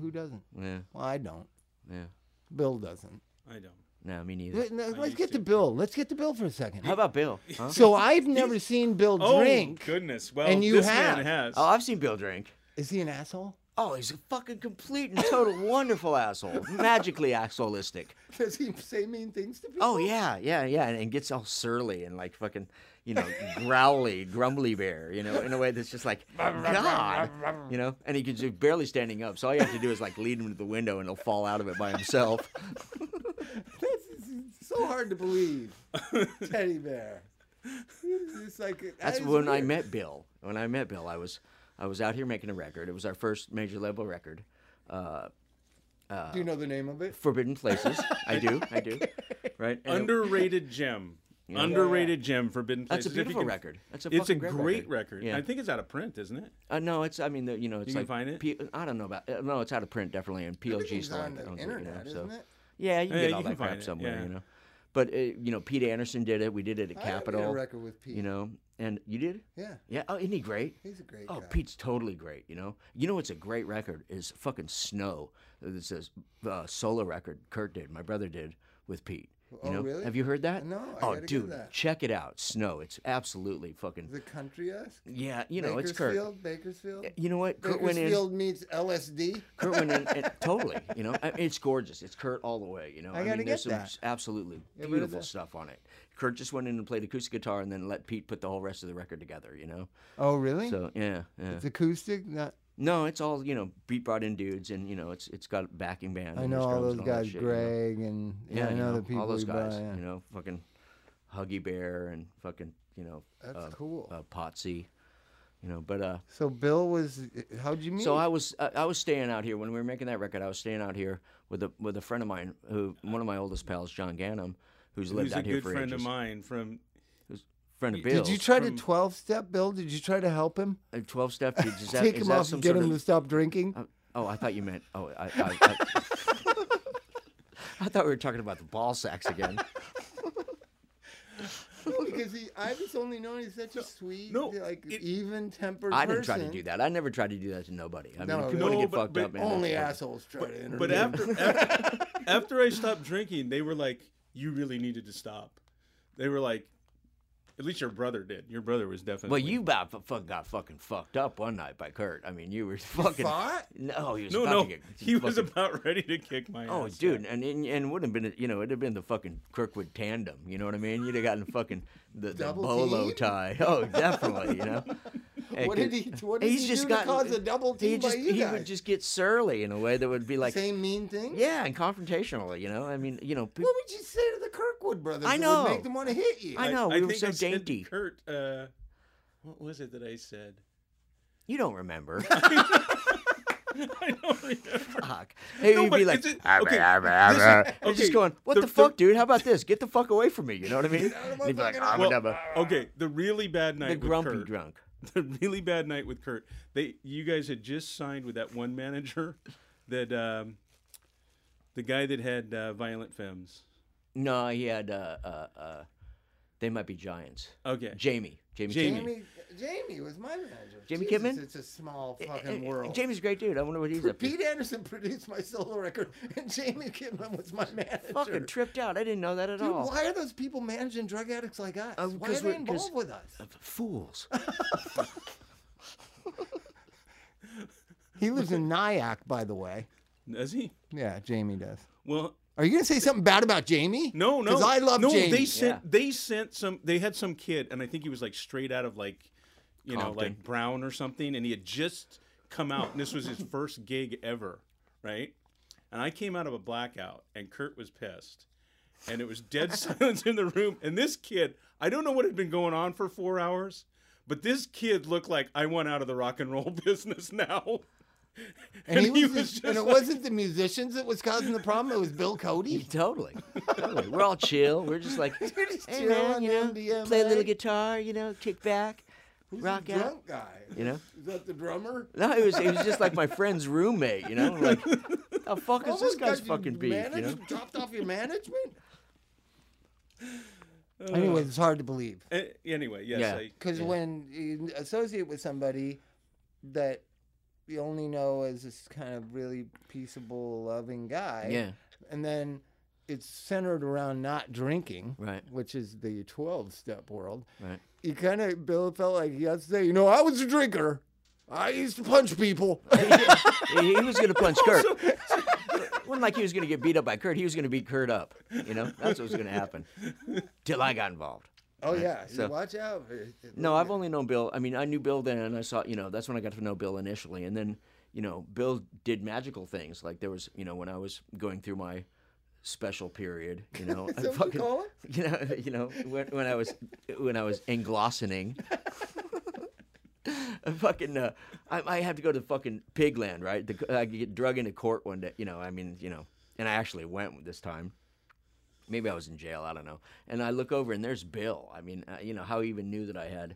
[SPEAKER 3] who doesn't?
[SPEAKER 2] yeah,
[SPEAKER 3] Well, I don't.
[SPEAKER 2] yeah.
[SPEAKER 3] Bill doesn't.
[SPEAKER 4] I don't.
[SPEAKER 2] No, me neither.
[SPEAKER 3] Let- Let's get to Bill. Let's get to Bill for a second.
[SPEAKER 2] How about Bill?
[SPEAKER 3] [LAUGHS]
[SPEAKER 2] Huh?
[SPEAKER 3] So I've never seen Bill
[SPEAKER 4] Oh
[SPEAKER 3] drink.
[SPEAKER 4] goodness! Well,
[SPEAKER 3] And you
[SPEAKER 4] this
[SPEAKER 3] have.
[SPEAKER 4] man has.
[SPEAKER 2] Oh, I've seen Bill drink.
[SPEAKER 3] Is he an asshole? [LAUGHS]
[SPEAKER 2] Oh, he's a fucking complete and total wonderful asshole. Magically assholeistic.
[SPEAKER 3] Does he say mean things to people? [LAUGHS]
[SPEAKER 2] Oh yeah, yeah, yeah, and, and gets all surly and like fucking, you know, growly, grumbly bear, you know, in a way that's just like God, you know, and he can do barely standing up. So all you have to do is like lead him to the window, and he'll fall out of it by himself.
[SPEAKER 3] That's so hard to
[SPEAKER 2] [LAUGHS]
[SPEAKER 3] believe. Teddy bear. It's like that
[SPEAKER 2] That's
[SPEAKER 3] is
[SPEAKER 2] when I
[SPEAKER 3] weird.
[SPEAKER 2] met Bill. When I met Bill, I was I was out here making a record. It was our first major label record. Uh,
[SPEAKER 3] Do you know the name of it?
[SPEAKER 2] Forbidden
[SPEAKER 4] [LAUGHS]
[SPEAKER 2] Places. I do. I do. Right. and it- [LAUGHS]
[SPEAKER 4] Underrated gem. Underrated gem. Forbidden
[SPEAKER 2] That's
[SPEAKER 4] places.
[SPEAKER 2] a
[SPEAKER 4] If you
[SPEAKER 2] beautiful
[SPEAKER 4] can-
[SPEAKER 2] record. That's a
[SPEAKER 4] It's a
[SPEAKER 2] fucking
[SPEAKER 4] great, record.
[SPEAKER 2] Yeah.
[SPEAKER 4] I think it's out of print, isn't it?
[SPEAKER 2] Uh, no, it's. I mean, the, you know, it's
[SPEAKER 4] can
[SPEAKER 2] like
[SPEAKER 4] find it?
[SPEAKER 2] P- I don't know about. uh, No, it's out of print definitely, and PLG
[SPEAKER 3] Everything's
[SPEAKER 2] still
[SPEAKER 3] on
[SPEAKER 2] out-
[SPEAKER 3] the
[SPEAKER 2] owns it, you know,
[SPEAKER 3] internet,
[SPEAKER 2] so-
[SPEAKER 3] isn't it?
[SPEAKER 2] Yeah, you can
[SPEAKER 4] Yeah,
[SPEAKER 2] get
[SPEAKER 4] you
[SPEAKER 2] all
[SPEAKER 4] can
[SPEAKER 2] that crap
[SPEAKER 4] find it,
[SPEAKER 2] somewhere,
[SPEAKER 4] yeah.
[SPEAKER 2] you know. But uh, you know, Pete Anderson did it. We did it at
[SPEAKER 3] I did a
[SPEAKER 2] Capitol.
[SPEAKER 3] record with Pete.
[SPEAKER 2] You know, and you did.
[SPEAKER 3] Yeah,
[SPEAKER 2] Yeah. Oh, isn't he great?
[SPEAKER 3] he's a great
[SPEAKER 2] Oh,
[SPEAKER 3] guy.
[SPEAKER 2] Pete's totally great. You know, you know what's a great record is fucking Snow. This is uh, solo record Kurt did. My brother did with Pete. You
[SPEAKER 3] Oh,
[SPEAKER 2] know?
[SPEAKER 3] really?
[SPEAKER 2] Have you heard that?
[SPEAKER 3] No, I
[SPEAKER 2] oh,
[SPEAKER 3] gotta get
[SPEAKER 2] dude,
[SPEAKER 3] that.
[SPEAKER 2] check it out. Snow. It's absolutely fucking.
[SPEAKER 3] The country esque.
[SPEAKER 2] Yeah, you know, it's Kurt.
[SPEAKER 3] Bakersfield, Bakersfield.
[SPEAKER 2] You know what? Kurt went in.
[SPEAKER 3] Bakersfield meets LSD.
[SPEAKER 2] [LAUGHS] Kurt went in and, totally. You know, I- it's gorgeous. It's Kurt all the way. You know,
[SPEAKER 3] I gotta
[SPEAKER 2] mean, there's
[SPEAKER 3] get
[SPEAKER 2] some
[SPEAKER 3] that.
[SPEAKER 2] s- absolutely
[SPEAKER 3] but
[SPEAKER 2] beautiful
[SPEAKER 3] it's
[SPEAKER 2] stuff on it. Kurt just went in and played acoustic guitar and then let Pete put the whole rest of the record together. You know,
[SPEAKER 3] Oh, really?
[SPEAKER 2] so yeah, yeah.
[SPEAKER 3] it's acoustic. Not,
[SPEAKER 2] No, it's all you know. Beat brought in dudes, and you know, it's it's got a backing band.
[SPEAKER 3] I
[SPEAKER 2] and
[SPEAKER 3] know
[SPEAKER 2] there's
[SPEAKER 3] all
[SPEAKER 2] drums
[SPEAKER 3] those
[SPEAKER 2] and that
[SPEAKER 3] guys,
[SPEAKER 2] shit, you know.
[SPEAKER 3] Greg, and yeah, I
[SPEAKER 2] you
[SPEAKER 3] know, the people.
[SPEAKER 2] all those
[SPEAKER 3] he
[SPEAKER 2] guys.
[SPEAKER 3] brought, yeah.
[SPEAKER 2] You know, fucking Huggy Bear and fucking you know,
[SPEAKER 3] That's
[SPEAKER 2] uh,
[SPEAKER 3] cool.
[SPEAKER 2] uh, Potsy. You know, but uh,
[SPEAKER 3] So Bill was. How'd you meet?
[SPEAKER 2] So I was I, I was staying out here when we were making that record. I was staying out here with a with a friend of mine who one of my oldest pals, John Gannum, who's lived
[SPEAKER 4] Who's
[SPEAKER 2] out
[SPEAKER 4] a
[SPEAKER 2] here
[SPEAKER 4] good
[SPEAKER 2] for
[SPEAKER 4] friend
[SPEAKER 2] ages.
[SPEAKER 4] of
[SPEAKER 2] [LAUGHS]
[SPEAKER 4] mine from
[SPEAKER 2] Friend of
[SPEAKER 3] did
[SPEAKER 2] Bill's.
[SPEAKER 3] you try to twelve step Bill? Did you try to help him?
[SPEAKER 2] twelve
[SPEAKER 3] [LAUGHS]
[SPEAKER 2] step? Is that,
[SPEAKER 3] Take
[SPEAKER 2] is
[SPEAKER 3] him
[SPEAKER 2] that
[SPEAKER 3] off
[SPEAKER 2] some
[SPEAKER 3] and get
[SPEAKER 2] sort
[SPEAKER 3] him to
[SPEAKER 2] of,
[SPEAKER 3] stop drinking.
[SPEAKER 2] Oh, I thought you meant. Oh, I. I, I [LAUGHS] I thought we were talking about the ball sacks
[SPEAKER 4] [LAUGHS]
[SPEAKER 2] again.
[SPEAKER 3] because he, I was only known he's such a sweet,
[SPEAKER 4] no,
[SPEAKER 3] like
[SPEAKER 4] it-
[SPEAKER 3] even-tempered
[SPEAKER 2] I
[SPEAKER 3] person.
[SPEAKER 2] didn't try to do that. I never tried to do that to nobody. I mean,
[SPEAKER 3] No,
[SPEAKER 2] if you want
[SPEAKER 4] No,
[SPEAKER 2] to get
[SPEAKER 4] but-
[SPEAKER 2] fucked
[SPEAKER 4] but
[SPEAKER 2] up, man,
[SPEAKER 3] Only
[SPEAKER 2] that's-
[SPEAKER 3] assholes try to intervene.
[SPEAKER 4] But after, after after I stopped drinking, they were like, "You really needed to stop." They were like, "At least your brother did. Your brother was definitely."
[SPEAKER 2] Well, you about fu- fuck got fucking fucked up one night by Kurt. I mean, you were fucking.
[SPEAKER 3] fought?
[SPEAKER 2] No, he was
[SPEAKER 4] no,
[SPEAKER 2] about
[SPEAKER 4] no,
[SPEAKER 2] to get
[SPEAKER 4] [LAUGHS] he was
[SPEAKER 2] fucking-
[SPEAKER 4] about ready to kick my
[SPEAKER 2] Oh,
[SPEAKER 4] ass.
[SPEAKER 2] dude, and and, and would have been you know it'd have been the fucking Kirkwood tandem. You know what I mean? You'd
[SPEAKER 3] [LAUGHS]
[SPEAKER 2] have gotten fucking the, the
[SPEAKER 3] Double
[SPEAKER 2] bolo
[SPEAKER 3] team?
[SPEAKER 2] tie. [LAUGHS] Oh, definitely. You
[SPEAKER 3] [LAUGHS]
[SPEAKER 2] know. Hey,
[SPEAKER 3] What did
[SPEAKER 2] kid,
[SPEAKER 3] he- what did
[SPEAKER 2] he's
[SPEAKER 3] he
[SPEAKER 2] just
[SPEAKER 3] do to
[SPEAKER 2] gotten-
[SPEAKER 3] cause a double
[SPEAKER 2] he
[SPEAKER 3] team by
[SPEAKER 2] just-
[SPEAKER 3] you
[SPEAKER 2] He
[SPEAKER 3] guys?
[SPEAKER 2] would just get surly in a way that would be like,
[SPEAKER 3] same mean thing.
[SPEAKER 2] yeah, and confrontational. You know, I mean, you know, pe-
[SPEAKER 3] What would you say to the Kirkwood brothers?
[SPEAKER 2] I
[SPEAKER 3] that would
[SPEAKER 2] know.
[SPEAKER 3] make them want to hit you.
[SPEAKER 2] I know, we were
[SPEAKER 4] think
[SPEAKER 2] so
[SPEAKER 4] I said to
[SPEAKER 2] dainty.
[SPEAKER 4] Kurt, uh, what was it that I said? [LAUGHS]
[SPEAKER 2] you don't
[SPEAKER 3] [LAUGHS]
[SPEAKER 2] remember.
[SPEAKER 4] I don't remember.
[SPEAKER 2] Fuck. Hey,
[SPEAKER 4] No,
[SPEAKER 2] you'd
[SPEAKER 4] but
[SPEAKER 2] be like, "Ah,
[SPEAKER 4] is it-
[SPEAKER 2] "Arr,
[SPEAKER 4] okay,
[SPEAKER 2] arr,
[SPEAKER 4] this
[SPEAKER 2] arr."
[SPEAKER 4] is-
[SPEAKER 2] And
[SPEAKER 4] okay,
[SPEAKER 2] ah." just going, what
[SPEAKER 4] the-
[SPEAKER 2] the,
[SPEAKER 4] the-
[SPEAKER 2] fuck, dude? How about this? Get the fuck away from me. You
[SPEAKER 3] [LAUGHS]
[SPEAKER 2] know what I mean? And he'd be like,
[SPEAKER 3] motherfucking
[SPEAKER 2] "I'm
[SPEAKER 4] Well,
[SPEAKER 2] gonna-"
[SPEAKER 4] okay, the really bad night
[SPEAKER 2] the
[SPEAKER 4] with
[SPEAKER 2] grumpy
[SPEAKER 4] Kurt.
[SPEAKER 2] drunk.
[SPEAKER 4] the really bad night with Kurt. They, you guys had just signed with that one manager, [LAUGHS] that um, the guy that had uh, violent femmes.
[SPEAKER 2] No, he had. Uh, uh, uh, they might be giants.
[SPEAKER 4] Okay,
[SPEAKER 2] Jamie. Jamie.
[SPEAKER 4] Jamie.
[SPEAKER 3] Jamie, Jamie was my manager.
[SPEAKER 2] Jamie
[SPEAKER 3] Jesus,
[SPEAKER 2] Kidman?
[SPEAKER 3] It's a small
[SPEAKER 2] Uh,
[SPEAKER 3] fucking world.
[SPEAKER 2] Jamie's a great dude. I wonder what he's up to.
[SPEAKER 3] Pete Anderson [LAUGHS] produced my solo record, and Jamie Kidman was my manager.
[SPEAKER 2] Fucking tripped out. I didn't know that at
[SPEAKER 3] Dude,
[SPEAKER 2] all.
[SPEAKER 3] why are those people managing drug addicts like us?
[SPEAKER 2] Um,
[SPEAKER 3] why are
[SPEAKER 2] 'cause
[SPEAKER 3] they
[SPEAKER 2] we're- 'cause-
[SPEAKER 3] involved with us?
[SPEAKER 2] Uh,
[SPEAKER 3] [LAUGHS]
[SPEAKER 2] Fools.
[SPEAKER 3] He lives in Nyack, by the way.
[SPEAKER 4] does he?
[SPEAKER 3] Yeah, Jamie does.
[SPEAKER 4] Well,
[SPEAKER 3] Are you gonna say something bad about Jamie?
[SPEAKER 4] No, no.
[SPEAKER 3] Because I love
[SPEAKER 4] no,
[SPEAKER 3] Jamie.
[SPEAKER 4] they sent
[SPEAKER 2] yeah.
[SPEAKER 4] they sent some they had some kid and I think he was like straight out of like you know,
[SPEAKER 2] Compton.
[SPEAKER 4] like Brown or something and he had just come out, and this was his first gig ever, right? And I came out of a blackout, and Kurt was pissed. And it
[SPEAKER 2] [LAUGHS]
[SPEAKER 4] was dead silence in the room. And this kid, I don't know what had been going on for four hours, but this kid looked like I want out of the rock and roll [LAUGHS] business now.
[SPEAKER 3] And, he was, just- and it
[SPEAKER 4] like-
[SPEAKER 3] wasn't the musicians that was causing the problem. It was Bill [LAUGHS]
[SPEAKER 2] [LAUGHS]
[SPEAKER 3] Cody.
[SPEAKER 2] Totally. totally. We're all chill. We're just like,
[SPEAKER 3] just
[SPEAKER 2] hey
[SPEAKER 3] chill
[SPEAKER 2] man,
[SPEAKER 3] on
[SPEAKER 2] you know,
[SPEAKER 3] MDMA.
[SPEAKER 2] play a little guitar, you know, kick back, rock out.
[SPEAKER 3] Drunk guy.
[SPEAKER 2] You know?
[SPEAKER 3] Is that the drummer?
[SPEAKER 2] No, it was it was just like my friend's roommate, you know? Like, the fuck is
[SPEAKER 3] Oh
[SPEAKER 2] this
[SPEAKER 3] my God,
[SPEAKER 2] guy's
[SPEAKER 3] you
[SPEAKER 2] fucking beef, you
[SPEAKER 3] manage-
[SPEAKER 2] know?
[SPEAKER 3] Dropped off your [LAUGHS] management. Anyway, it's hard to believe
[SPEAKER 4] A- Eh, anyway, yes.
[SPEAKER 2] Yeah.
[SPEAKER 4] I,
[SPEAKER 3] because when you associate with somebody that you only know as this kind of really peaceable, loving guy,
[SPEAKER 2] Yeah.
[SPEAKER 3] and then it's centered around not drinking,
[SPEAKER 2] Right.
[SPEAKER 3] Which is the twelve-step world.
[SPEAKER 2] Right.
[SPEAKER 3] He kind of Bill felt like he had to say, you know, I was a drinker. I used to punch
[SPEAKER 2] [LAUGHS]
[SPEAKER 3] people.
[SPEAKER 2] He, he was
[SPEAKER 3] [LAUGHS]
[SPEAKER 2] gonna punch Kurt.
[SPEAKER 3] Oh,
[SPEAKER 2] It [LAUGHS] wasn't like he was gonna get beat up by Kurt. He was gonna beat Kurt up. You know, that's what was gonna happen. Till I got involved.
[SPEAKER 3] oh yeah, you
[SPEAKER 2] so-
[SPEAKER 3] watch out. It- it-
[SPEAKER 2] No, I've only known Bill. I mean, I knew Bill then, and I saw, you know, that's when I got to know Bill initially. And then, you know, Bill did magical things. Like there was, you know, when I was going through my special period, you
[SPEAKER 3] [LAUGHS]
[SPEAKER 2] know, I
[SPEAKER 3] that what you call
[SPEAKER 2] [LAUGHS]
[SPEAKER 3] it?
[SPEAKER 2] you know, you know, when, when I was when I was
[SPEAKER 3] [LAUGHS]
[SPEAKER 2] anglosining. I fucking, uh, I, I have to go to fucking Pigland, right? The, I get drug into court one day, you know. I mean, you know, and I actually went this time maybe I was in jail. I don't know. And I look over and there's Bill. I mean, uh, you know, how he even knew that I had,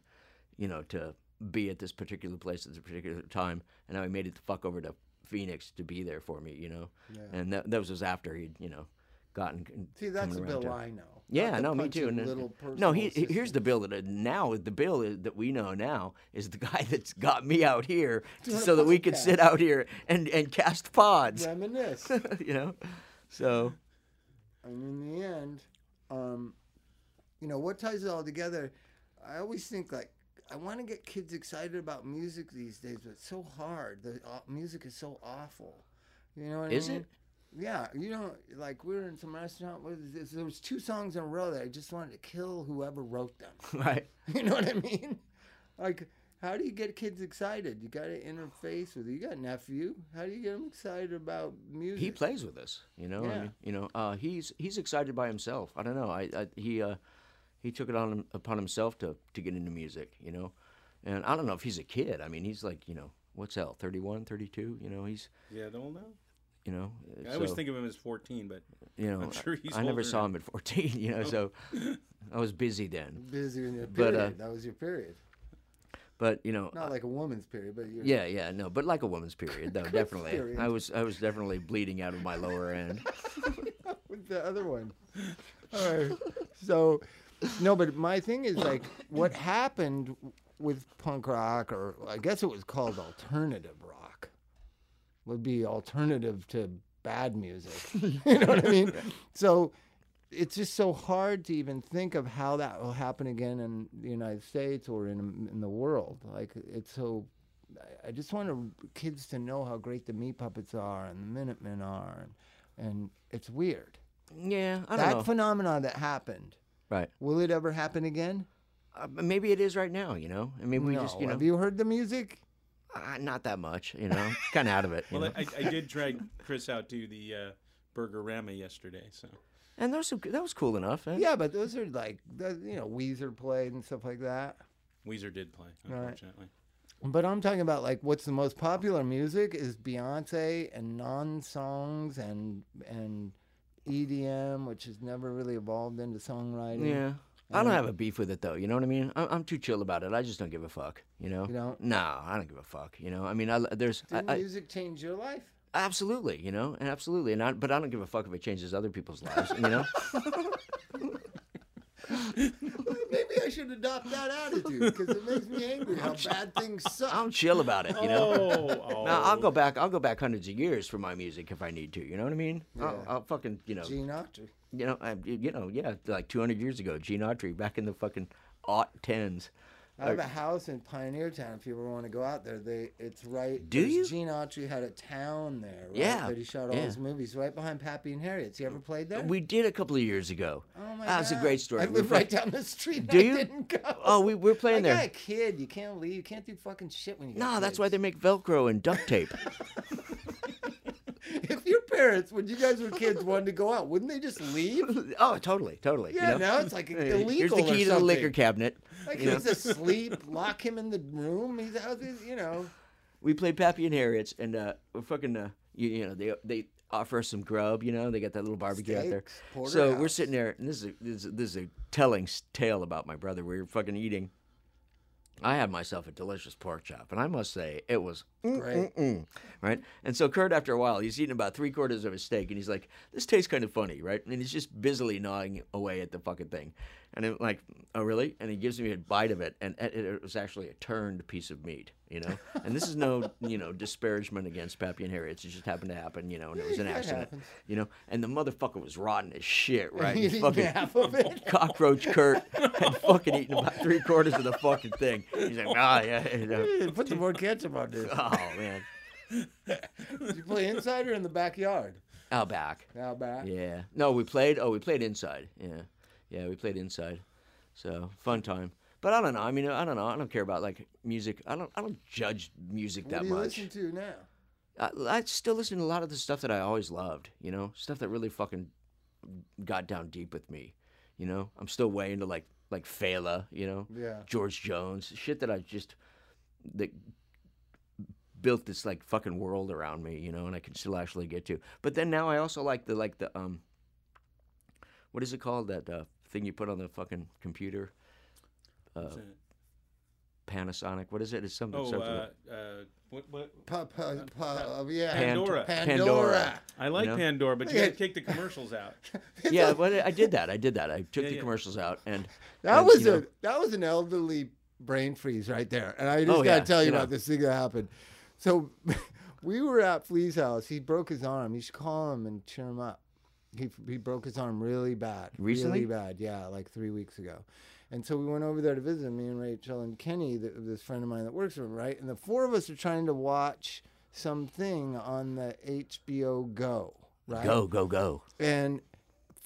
[SPEAKER 2] you know, to be at this particular place at this particular time, and how he made it the fuck over to Phoenix to be there for me, you know. And that, that was just after he'd, you know, gotten.
[SPEAKER 3] See, that's
[SPEAKER 2] coming
[SPEAKER 3] the
[SPEAKER 2] around
[SPEAKER 3] Bill
[SPEAKER 2] town.
[SPEAKER 3] I know.
[SPEAKER 2] Yeah,
[SPEAKER 3] Not the
[SPEAKER 2] no, me
[SPEAKER 3] punchy
[SPEAKER 2] too. And, uh,
[SPEAKER 3] Little
[SPEAKER 2] no,
[SPEAKER 3] personal
[SPEAKER 2] he, he-
[SPEAKER 3] assistant.
[SPEAKER 2] here's the [LAUGHS] bill that uh, now the bill i- that we know now is the [LAUGHS] guy that's got me
[SPEAKER 3] [LAUGHS]
[SPEAKER 2] out here
[SPEAKER 3] a
[SPEAKER 2] so that we could
[SPEAKER 3] podcast.
[SPEAKER 2] sit out here and and cast pods, [LAUGHS]
[SPEAKER 3] reminisce.
[SPEAKER 2] you know. So [LAUGHS]
[SPEAKER 3] and in the end, um, you know, what ties it all together? I always think like I want to get kids excited about music these days, but it's so hard. The uh, music is so awful. You know what
[SPEAKER 2] Is
[SPEAKER 3] I mean?
[SPEAKER 2] it?
[SPEAKER 3] Yeah, you know, like we were in some restaurant. What is this? There was two songs in a row that I just wanted to kill whoever wrote them.
[SPEAKER 2] [LAUGHS] right.
[SPEAKER 3] [LAUGHS] You know what I mean? Like, how do you get kids excited? You got to interface with it. You got a nephew. How do you get him excited about music?
[SPEAKER 2] he plays with us you know I
[SPEAKER 3] Yeah.
[SPEAKER 2] mean, you know uh, he's he's excited by himself i don't know i, I he uh, he took it on him- upon himself to to get into music you know and i don't know if he's a kid i mean he's like you know what's that 31 32 you know he's
[SPEAKER 4] yeah, don't know.
[SPEAKER 2] you know
[SPEAKER 4] I always
[SPEAKER 2] so,
[SPEAKER 4] think of him as 14, but
[SPEAKER 2] you know
[SPEAKER 4] I'm sure he's
[SPEAKER 2] i never
[SPEAKER 4] older
[SPEAKER 2] saw
[SPEAKER 4] now. Oh.
[SPEAKER 2] him at 14 [LAUGHS] you know so i was busy then
[SPEAKER 3] busy in your
[SPEAKER 2] But,
[SPEAKER 3] period.
[SPEAKER 2] uh,
[SPEAKER 3] that was your period.
[SPEAKER 2] but you know uh,
[SPEAKER 3] Not like a woman's period, but your
[SPEAKER 2] yeah yeah no but like a woman's
[SPEAKER 3] [LAUGHS]
[SPEAKER 2] period though definitely
[SPEAKER 3] period.
[SPEAKER 2] i was i was definitely bleeding out of my lower end
[SPEAKER 3] [LAUGHS] with the other one. [LAUGHS] All right. [LAUGHS] So, no, but my thing is like what happened with punk rock, or I guess it was called alternative rock, would be alternative to bad music. [LAUGHS] you know what I mean? So, it's just so hard to even think of how that will happen again in the United States or in in the world. Like it's so. I- I just want to, kids to know how great the Meat Puppets are and the Minutemen are, and, and it's weird
[SPEAKER 2] yeah i don't
[SPEAKER 3] that
[SPEAKER 2] know
[SPEAKER 3] phenomenon that happened
[SPEAKER 2] right
[SPEAKER 3] will it ever happen again
[SPEAKER 2] uh, maybe it is right now you know i mean we
[SPEAKER 3] no
[SPEAKER 2] just you know
[SPEAKER 3] have you heard the music
[SPEAKER 2] Uh, not that much, you know. kind of out of it. you
[SPEAKER 4] Well,
[SPEAKER 2] know?
[SPEAKER 4] I, I did drag Chris out to the uh, Burgerama yesterday, so
[SPEAKER 2] and those that was cool enough. eh?
[SPEAKER 3] yeah but those are like the, you know weezer played and stuff like that
[SPEAKER 4] Weezer did play,
[SPEAKER 3] Right.
[SPEAKER 4] unfortunately.
[SPEAKER 3] but i'm talking about like what's the most popular music is beyonce and non-songs and and edm which has never really evolved into songwriting
[SPEAKER 2] Yeah. I don't have a beef with it though. You know what I mean? I'm, I'm too chill about it. I just don't give a fuck. You know?
[SPEAKER 3] You don't?
[SPEAKER 2] No, I don't give a fuck. You know? I mean, I, there's I,
[SPEAKER 3] did
[SPEAKER 2] I-
[SPEAKER 3] music change your life
[SPEAKER 2] absolutely. You know? And absolutely. And I, but I don't give a fuck if it changes other people's lives. You
[SPEAKER 4] [LAUGHS]
[SPEAKER 2] know?
[SPEAKER 3] maybe i should adopt that attitude because it makes me angry
[SPEAKER 2] [LAUGHS]
[SPEAKER 3] how bad things suck
[SPEAKER 2] I'm chill about it. You know?
[SPEAKER 4] Oh, oh.
[SPEAKER 2] Now, I'll go back. I'll go back hundreds of years for my music if I need to. You know what I mean? I'll,
[SPEAKER 3] Yeah.
[SPEAKER 2] I'll fucking you know
[SPEAKER 3] gene autry
[SPEAKER 2] you know I, you know yeah like 200 years ago Gene Autry back in the fucking aught tens.
[SPEAKER 3] I have a house in Pioneer Town. If you ever want to go out there, they it's right.
[SPEAKER 2] Do
[SPEAKER 3] there's-
[SPEAKER 2] you?
[SPEAKER 3] Gene Autry had a town there. Right,
[SPEAKER 2] Yeah,
[SPEAKER 3] that he shot all
[SPEAKER 2] yeah.
[SPEAKER 3] his movies right behind Pappy and Harriet's. You ever played there?
[SPEAKER 2] We did a couple of years ago.
[SPEAKER 3] Oh my
[SPEAKER 2] Ah, It's a great
[SPEAKER 3] God.
[SPEAKER 2] story.
[SPEAKER 3] I
[SPEAKER 2] We
[SPEAKER 3] live
[SPEAKER 2] play-
[SPEAKER 3] right down the street.
[SPEAKER 2] Do
[SPEAKER 3] I
[SPEAKER 2] you?
[SPEAKER 3] Didn't go.
[SPEAKER 2] Oh, we we're
[SPEAKER 3] I
[SPEAKER 2] playing
[SPEAKER 3] got
[SPEAKER 2] there.
[SPEAKER 3] a kid. You can't leave. You can't do fucking shit when you. got
[SPEAKER 2] No, that's
[SPEAKER 3] kids.
[SPEAKER 2] why they make Velcro and
[SPEAKER 3] [LAUGHS]
[SPEAKER 2] duct tape.
[SPEAKER 3] If your parents, when you guys were kids, wanted to go out, wouldn't they just
[SPEAKER 2] [LAUGHS]
[SPEAKER 3] leave?
[SPEAKER 2] oh, totally, totally.
[SPEAKER 3] Yeah,
[SPEAKER 2] you know?
[SPEAKER 3] now it's like
[SPEAKER 2] Hey,
[SPEAKER 3] illegal.
[SPEAKER 2] Here's the
[SPEAKER 3] or
[SPEAKER 2] key to the liquor
[SPEAKER 3] something.
[SPEAKER 2] cabinet.
[SPEAKER 3] Like
[SPEAKER 2] you know?
[SPEAKER 3] he's asleep. Lock him in the room. He's out. he's- You know.
[SPEAKER 2] we played Pappy and Harriet's, and uh, we're fucking, uh, you, you know, they they offer us some grub. You know, they got that little barbecue out there.
[SPEAKER 3] Steaks, porterhouse.
[SPEAKER 2] So we're sitting there, and this is a, this, is- this is a telling s- tale about my brother. We were fucking eating. I had myself a delicious pork chop, and I must say it was
[SPEAKER 3] Great.
[SPEAKER 2] Mm-mm. Mm. Right? And so Kurt, after a while, he's eating about three quarters of his steak, and he's like, "This tastes kind of funny, right?" And he's just busily gnawing away at the fucking thing, and I'm like, "Oh, really?" And he gives me a bite of it, and it, it was actually a turned piece of meat, you know. And this is no, you know, disparagement against Pappy and Harriet's. It just happened to happen, you know, and it was an
[SPEAKER 3] that
[SPEAKER 2] accident,
[SPEAKER 3] happens.
[SPEAKER 2] you know. And the motherfucker was rotten as
[SPEAKER 3] [LAUGHS]
[SPEAKER 2] shit, right?
[SPEAKER 3] He's
[SPEAKER 2] He's
[SPEAKER 3] eating
[SPEAKER 2] fucking
[SPEAKER 3] half of
[SPEAKER 2] [LAUGHS]
[SPEAKER 3] it.
[SPEAKER 2] cockroach Kurt had fucking eaten about three quarters of the fucking thing. He's like, "Ah, yeah." you
[SPEAKER 3] [LAUGHS]
[SPEAKER 2] know."
[SPEAKER 3] Put some more ketchup on
[SPEAKER 2] [LAUGHS]
[SPEAKER 3] this.
[SPEAKER 2] Oh man,
[SPEAKER 3] Did you play inside or in the backyard?
[SPEAKER 2] out back.
[SPEAKER 3] Now back.
[SPEAKER 2] Yeah. No, we played. Oh, we played inside. Yeah, yeah, we played inside. So fun time. But I don't know. I mean, I don't know. I don't care about like music. I don't. I don't judge music
[SPEAKER 3] What
[SPEAKER 2] that
[SPEAKER 3] do you
[SPEAKER 2] much.
[SPEAKER 3] listen to now?
[SPEAKER 2] I, I still listen to a lot of the stuff that I always loved. You know, stuff that really fucking got down deep with me. You know, I'm still way into like like Fela. You know,
[SPEAKER 3] Yeah.
[SPEAKER 2] George Jones, shit that I just that built this like fucking world around me, you know, and I can still actually get to. But then now I also like the like the um, what is it called that uh, thing you put on the fucking computer?
[SPEAKER 6] Is it-
[SPEAKER 2] Panasonic. What is it? It's something.
[SPEAKER 6] oh,
[SPEAKER 2] something-
[SPEAKER 6] uh,
[SPEAKER 3] [LAUGHS]
[SPEAKER 6] uh, what, what?
[SPEAKER 3] Pa, pa, pa, yeah.
[SPEAKER 2] Pan-
[SPEAKER 6] Pandora.
[SPEAKER 3] Pandora.
[SPEAKER 6] I like
[SPEAKER 2] You know?
[SPEAKER 6] Pandora, but you
[SPEAKER 3] Okay.
[SPEAKER 6] gotta take the commercials [LAUGHS] out.
[SPEAKER 2] yeah, well, I did that. I did that. I took
[SPEAKER 6] Yeah,
[SPEAKER 2] the
[SPEAKER 6] yeah.
[SPEAKER 2] commercials out, and
[SPEAKER 3] That
[SPEAKER 2] and,
[SPEAKER 3] was
[SPEAKER 2] you know,
[SPEAKER 3] a that was an elderly brain freeze right there. And I just
[SPEAKER 2] Oh,
[SPEAKER 3] gotta
[SPEAKER 2] yeah,
[SPEAKER 3] tell you
[SPEAKER 2] you know.
[SPEAKER 3] about this thing that happened. So [LAUGHS] we were at Flea's house. He broke his arm. You should call him and cheer him up. He he broke his arm really bad.
[SPEAKER 2] Recently?
[SPEAKER 3] Really bad. Yeah, like three weeks ago. And so we went over there to visit him, me and Rachel and Kenny, th this friend of mine that works with him, right? And the four of us are trying to watch something on the HBO Go, right?
[SPEAKER 2] go go go.
[SPEAKER 3] and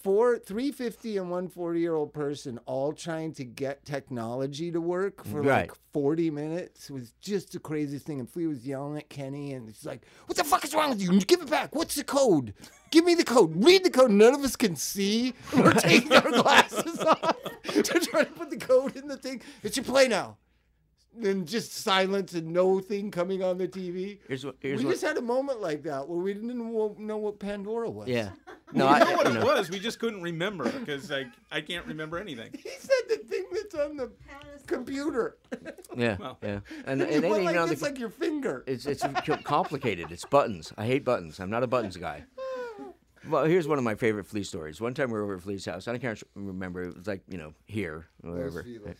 [SPEAKER 3] four 350 and 140 year old person all trying to get technology to work for
[SPEAKER 2] Right.
[SPEAKER 3] like 40 minutes was just the craziest thing and flea was yelling at kenny and she's like what the fuck is wrong with you give it back what's the code give me the code read the code none of us can
[SPEAKER 2] [LAUGHS]
[SPEAKER 3] see we're taking our glasses off to try to put the code in the thing it's your play now and just silence and no thing coming on the tv
[SPEAKER 2] Here's what. Here's
[SPEAKER 3] we
[SPEAKER 2] what.
[SPEAKER 3] just had a moment like that where we didn't wo- know what pandora was
[SPEAKER 2] yeah. No,
[SPEAKER 6] I know
[SPEAKER 2] I,
[SPEAKER 6] what
[SPEAKER 2] you
[SPEAKER 6] it
[SPEAKER 3] [LAUGHS]
[SPEAKER 2] know,
[SPEAKER 6] was. We just couldn't remember because like I can't remember anything.
[SPEAKER 3] He said the thing that's on the computer.
[SPEAKER 2] yeah,
[SPEAKER 6] Well.
[SPEAKER 2] [LAUGHS] yeah,
[SPEAKER 3] And [LAUGHS]
[SPEAKER 2] and, and
[SPEAKER 3] you
[SPEAKER 2] they
[SPEAKER 3] went
[SPEAKER 2] didn't
[SPEAKER 3] like
[SPEAKER 2] even on
[SPEAKER 3] this,
[SPEAKER 2] the
[SPEAKER 3] like your finger. [LAUGHS]
[SPEAKER 2] [LAUGHS] It's it's co- complicated. It's buttons. I hate buttons. I'm not a
[SPEAKER 3] [LAUGHS]
[SPEAKER 2] buttons guy. Well, here's one of my favorite flea stories. One time we were over at Flea's house. I can't remember. It was like you know here, wherever,
[SPEAKER 3] Feliz.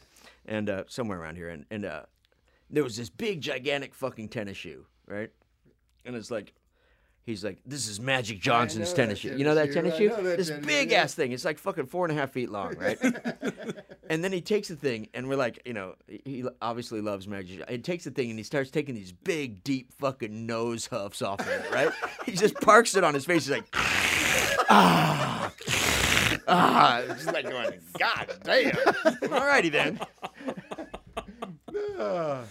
[SPEAKER 2] and uh, somewhere around here. And and uh, there was this big, gigantic fucking tennis shoe, right? And it's like, he's like, this is Magic Johnson's
[SPEAKER 3] that
[SPEAKER 2] tennis shoe.
[SPEAKER 3] tennis
[SPEAKER 2] You know that
[SPEAKER 3] shoe.
[SPEAKER 2] tennis
[SPEAKER 3] I
[SPEAKER 2] shoe?
[SPEAKER 3] know that
[SPEAKER 2] This
[SPEAKER 3] tennis shoe,
[SPEAKER 2] big
[SPEAKER 3] yeah.
[SPEAKER 2] ass thing. It's like fucking four and a half feet long,
[SPEAKER 3] [LAUGHS]
[SPEAKER 2] right? and then he takes the thing, and we're like, you know, he- he obviously loves Magic. Johnson. He takes the thing and he starts taking these big, deep fucking nose huffs off of it,
[SPEAKER 3] [LAUGHS]
[SPEAKER 2] right? he just parks it on his face. He's like, ah, ah. It's just like going, God
[SPEAKER 3] [LAUGHS]
[SPEAKER 2] damn. Alrighty then.
[SPEAKER 3] Ah.